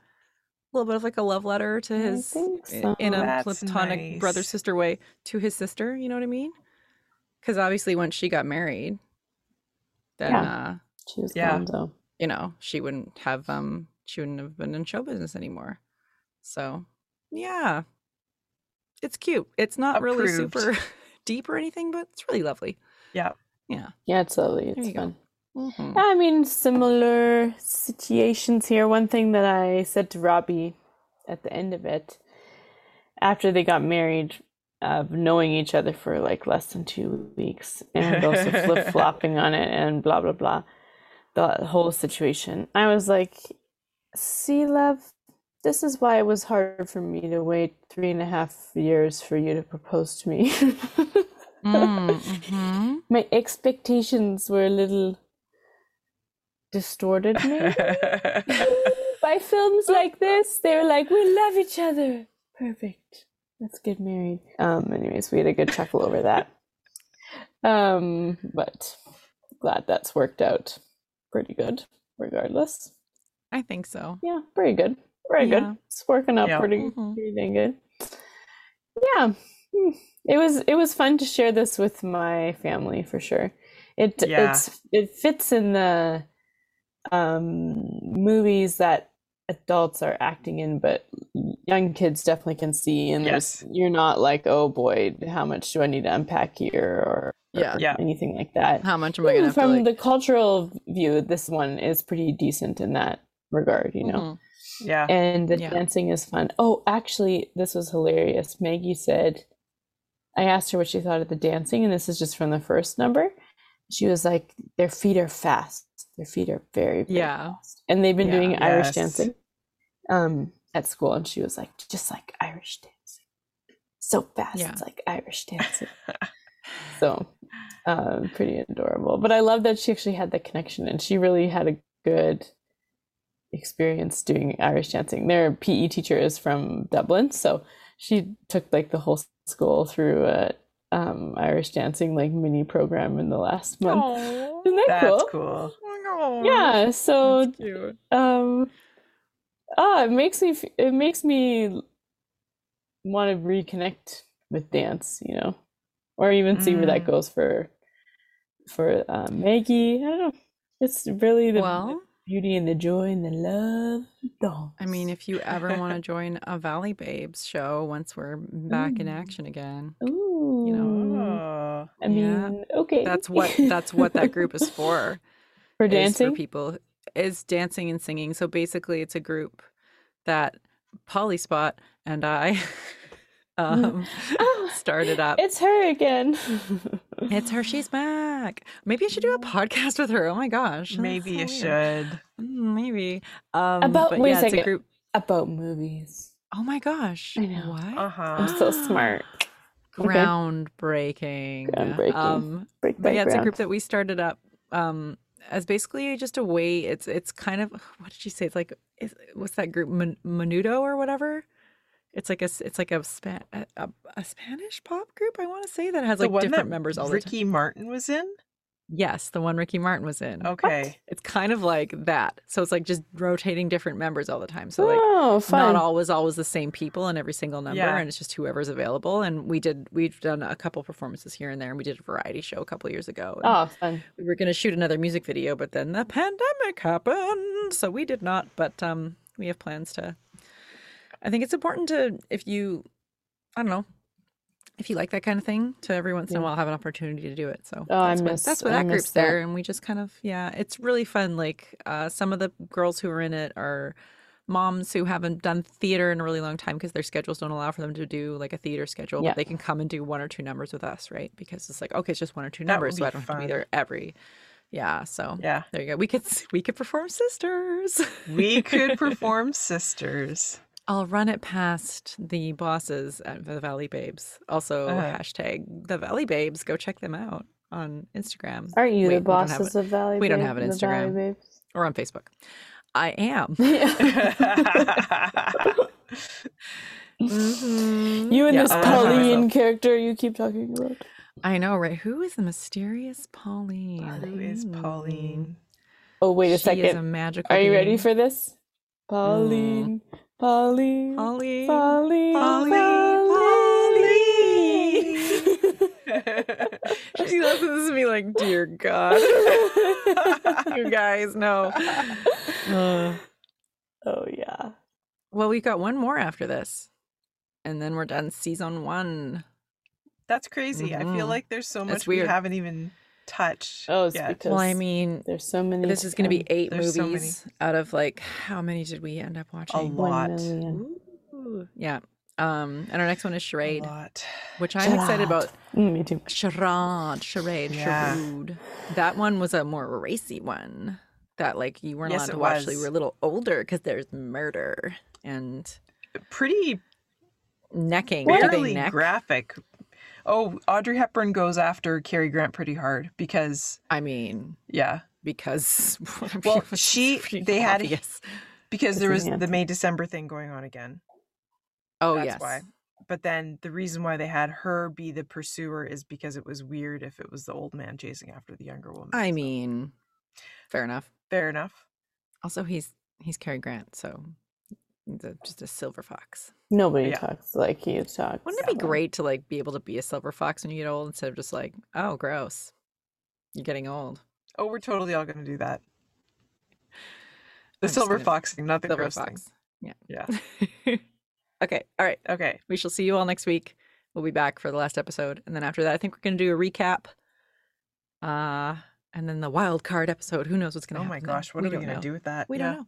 S4: little bit of like a love letter to
S3: I
S4: his
S3: think
S4: i- in
S3: so.
S4: a
S8: That's
S4: platonic brother
S8: nice.
S4: sister way to his sister. You know what I mean? Because obviously, once she got married, then
S3: Yeah.
S4: uh,
S3: She was
S8: Yeah.
S3: gone though.
S4: you know she wouldn't have um she wouldn't have been in show business anymore. So yeah, it's cute. It's not really
S8: Approved.
S4: super deep or anything, but it's really lovely.
S8: Yeah.
S4: Yeah.
S3: Yeah, it's lovely.
S4: There
S3: It's
S4: you go.
S3: fun.
S4: Mhm.
S3: I mean, similar situations here. One thing that I said to Robbie at the end of it, after they got married, of knowing each other for like less than two weeks, and also flip flopping on it, and blah blah blah, the whole situation. I was like, "See, love, this is why it was hard for me to wait three and a half years for you to propose to me."
S4: Mm, mhm.
S3: My expectations were a little distorted maybe by films like this. They were like, we love each other. Perfect. Let's get married. Um, anyways, we had a good chuckle over that. Um, but glad that's worked out pretty good, regardless.
S4: I think so.
S3: Yeah, pretty good. Very
S4: Yeah.
S3: good. It's working out
S8: Yeah.
S3: pretty
S4: Mhm.
S3: pretty dang good. Yeah. Hmm. It was it was fun to share this with my family for sure. It
S8: Yeah.
S3: it's it fits in the um movies that adults are acting in but young kids definitely can see and there's
S8: Yes.
S3: you're not like oh boy how much do i need to unpack here or,
S4: Yeah.
S3: or
S8: Yeah.
S3: anything like that
S4: How much am I gonna have
S3: from
S4: to like?
S3: the cultural view this one is pretty decent in that regard you know
S4: Mhm.
S8: yeah.
S3: and the
S4: Yeah.
S3: dancing is fun. Oh, actually, this was hilarious. Maggie said, I asked her what she thought of the dancing, and this is just from the first number. She was like, Their feet are fast. Their feet are very, very
S4: Yeah.
S3: fast. And they've been
S4: Yeah.
S3: doing
S8: Yes.
S3: Irish dancing um, at school, and she was like, Just like Irish dancing. So fast.
S4: Yeah.
S3: It's like Irish dancing. so um, pretty adorable. But I love that she actually had the connection, and she really had a good experience doing Irish dancing. Their PE teacher is from Dublin, so she took like the whole school through a um, Irish dancing like mini program in the last month.
S4: Aw.
S3: Isn't that
S8: That's
S3: cool?
S8: cool.
S4: Oh,
S3: Yeah. So
S4: that's cute.
S3: um ah it makes me f- it makes me want to reconnect with dance you know or even see where that
S8: Mm.
S3: goes for for uh, maggie i don't know it's really the
S4: Well,
S3: beauty and the joy and the love of dance.
S4: I mean, if you ever want to join a Valley Babes show once we're back in
S3: Ooh.
S4: action again,
S3: Ooh,
S4: Mm-hmm.
S8: Oh.
S3: i
S4: yeah.
S3: mean okay
S4: that's what that's what that group is for.
S3: for
S4: is
S3: dancing
S4: for people is dancing and singing. So basically, it's a group that Polly Spot and I
S3: Mm.
S4: um, started up.
S3: Mm-hmm. Ah, It's her again.
S4: It's her. She's back. Maybe I should do a podcast with her. Oh my gosh. that's
S8: Mm. Maybe
S4: so
S8: you
S4: weird.
S8: should.
S4: Mm, Maybe. Um,
S3: About-
S4: but
S3: wait a
S4: yeah, it's a
S3: second.
S4: group.
S3: About movies.
S4: Oh my gosh.
S3: I know.
S4: What?
S8: Uh huh.
S3: I'm
S4: Ah.
S3: so smart. Okay.
S4: Groundbreaking.
S3: Groundbreaking.
S4: Um,
S3: Break
S4: but yeah, it's a
S3: background.
S4: group that we started up um, as basically just a way. It's it's kind of what did she say? It's like is, what's that group Men- Menudo or whatever. It's like a s- it's like a span a, a, a Spanish pop group. I want to say that has
S8: the
S4: like
S8: one
S4: different
S8: that
S4: members all the time.
S8: Ricky Martin was in.
S4: Yes, the one Ricky Martin was in.
S8: Okay.
S4: It's kind of like that. So it's like just rotating different members all the time. So like
S3: oh, fun.
S4: not always always the same people in every single number
S8: Yeah.
S4: and it's just whoever's available and we did we've done a couple performances here and there and we did a variety show a couple years ago and
S3: oh, fun.
S4: we were going to shoot another music video but then the pandemic happened so we did not but um we have plans to i think it's important to if you i don't know if you like that kind of thing to every once in a
S3: Yeah.
S4: while have an opportunity to do it so
S3: Oh, I
S4: that's what,
S3: miss-
S4: that's what
S3: I
S4: that
S3: miss
S4: group's
S3: that.
S4: there and we just kind of yeah it's really fun like uh some of the girls who are in it are moms who haven't done theater in a really long time because their schedules don't allow for them to do like a theater schedule
S3: Yeah.
S4: but they can come and do one or two numbers with us right because it's like okay it's just one or two
S8: That would
S4: numbers so
S8: be
S4: i don't have to
S8: fun.
S4: be there every yeah so
S8: Yeah.
S4: there you go we could we could perform sisters
S8: We could perform sisters.
S4: I'll run it past the bosses at the Valley Babes. Also,
S8: Uh-huh.
S4: hashtag the Valley Babes. Go check them out on Instagram.
S3: Aren't you the
S4: Wait, we don't have
S3: bosses
S4: it.
S3: of Valley?
S4: we don't
S3: Babe-
S4: have an
S3: the Valley
S4: Instagram.
S3: Babes?
S4: or on Facebook? I am. Mhm.
S3: You and
S4: Yeah,
S3: this
S4: I don't have
S3: Pauline
S4: myself.
S3: character you keep talking about.
S4: I know, right? Who is the mysterious Pauline?
S8: Who is Pauline?
S3: Oh, wait a
S4: She
S3: second.
S4: Is a magical
S3: Are you ready
S4: being.
S3: for this? Pauline, Pauline,
S4: Pauline?
S3: Pauline,
S4: Pauline, she listens to me like, dear God, you guys know.
S3: Oh yeah.
S4: Well, we've got one more after this, and then we're done season one.
S8: That's crazy. I
S4: Mhm.
S8: feel like there's so much
S4: That's
S8: we
S4: weird.
S8: haven't even touched.
S3: Oh, it's
S8: yet.
S3: because
S4: well, I mean,
S3: there's so many.
S4: this is going to be eight
S8: There's so many.
S4: movies out of like how many did we end up
S8: a
S4: watching?
S8: lot.
S4: Ooh. Yeah. Um, and our next one is
S8: A
S4: Charade,
S8: lot.
S4: which I'm excited about.
S3: Mm, me too.
S4: Charade, Charade,
S8: Yeah.
S4: Charade. That one was a more racy one that like you weren't
S8: Yes,
S4: allowed
S8: it
S4: to watch till
S8: was.
S4: you were a little older because there's murder and
S8: Pretty
S4: necking. Do they
S8: barely
S4: neck?
S8: graphic. Oh, Audrey Hepburn goes after Cary Grant pretty hard because
S4: I mean,
S8: yeah,
S4: because I mean,
S8: Well,
S4: it was
S8: she-
S4: pretty
S8: they had-
S4: obvious.
S8: because there was
S3: Yeah.
S8: the May December thing going on again.
S4: oh
S8: That's
S4: yes
S8: why. But then the reason why they had her be the pursuer is because it was weird if it was the old man chasing after the younger woman.
S4: I
S8: so
S4: mean, fair enough.
S8: fair enough.
S4: Also, he's he's Cary Grant, so he's a, just a silver fox.
S3: Nobody
S8: Yeah.
S3: talks like he talks.
S4: Wouldn't it be great to like be able to be a silver fox when you get old instead of just like, oh, gross, you're getting old.
S8: Oh, we're totally all gonna do that.
S4: I'm
S8: The
S4: just
S8: silver
S4: gonna-
S8: fox thing, not the
S4: silver
S8: gross thing.
S4: fox.
S8: Yeah.
S4: Yeah. okay. All right.
S8: Okay.
S4: We shall see you all next week. We'll be back for the last episode, and then after that, I think we're going to do a recap. Uh, and then the wild card episode. Who knows what's going to
S8: Oh
S4: happen?
S8: my
S4: then?
S8: gosh, what are we
S4: don't
S8: gonna
S4: know.
S8: do with that?
S4: We
S8: yeah.
S4: don't know.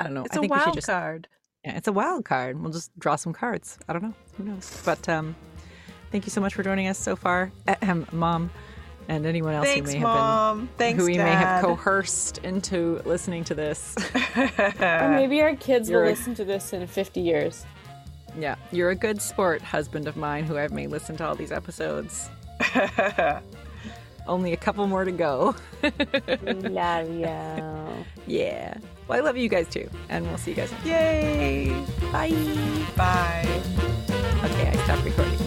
S4: I don't know.
S8: It's
S4: I
S8: a
S4: think we should
S8: wild
S4: just
S8: card.
S4: Yeah, it's a wild card. We'll just draw some cards. I don't know. Who knows? But um, thank you so much for joining us so far, Ahem, Mom, and anyone else
S8: Thanks,
S4: who may have
S8: mom.
S4: been
S8: Thanks,
S4: who we
S8: Dad.
S4: may have coerced into listening to this.
S3: Or maybe our kids
S4: You're
S3: will
S4: a-
S3: listen to this in 50 years.
S4: yeah, you're a good sport, husband of mine, who I've made listen to all these episodes. Only a couple more to go.
S3: Love you.
S4: Yeah. Well, I love you guys too, and we'll see you guys.
S8: Yay!
S4: Bye.
S8: Bye.
S4: Okay, I stopped recording.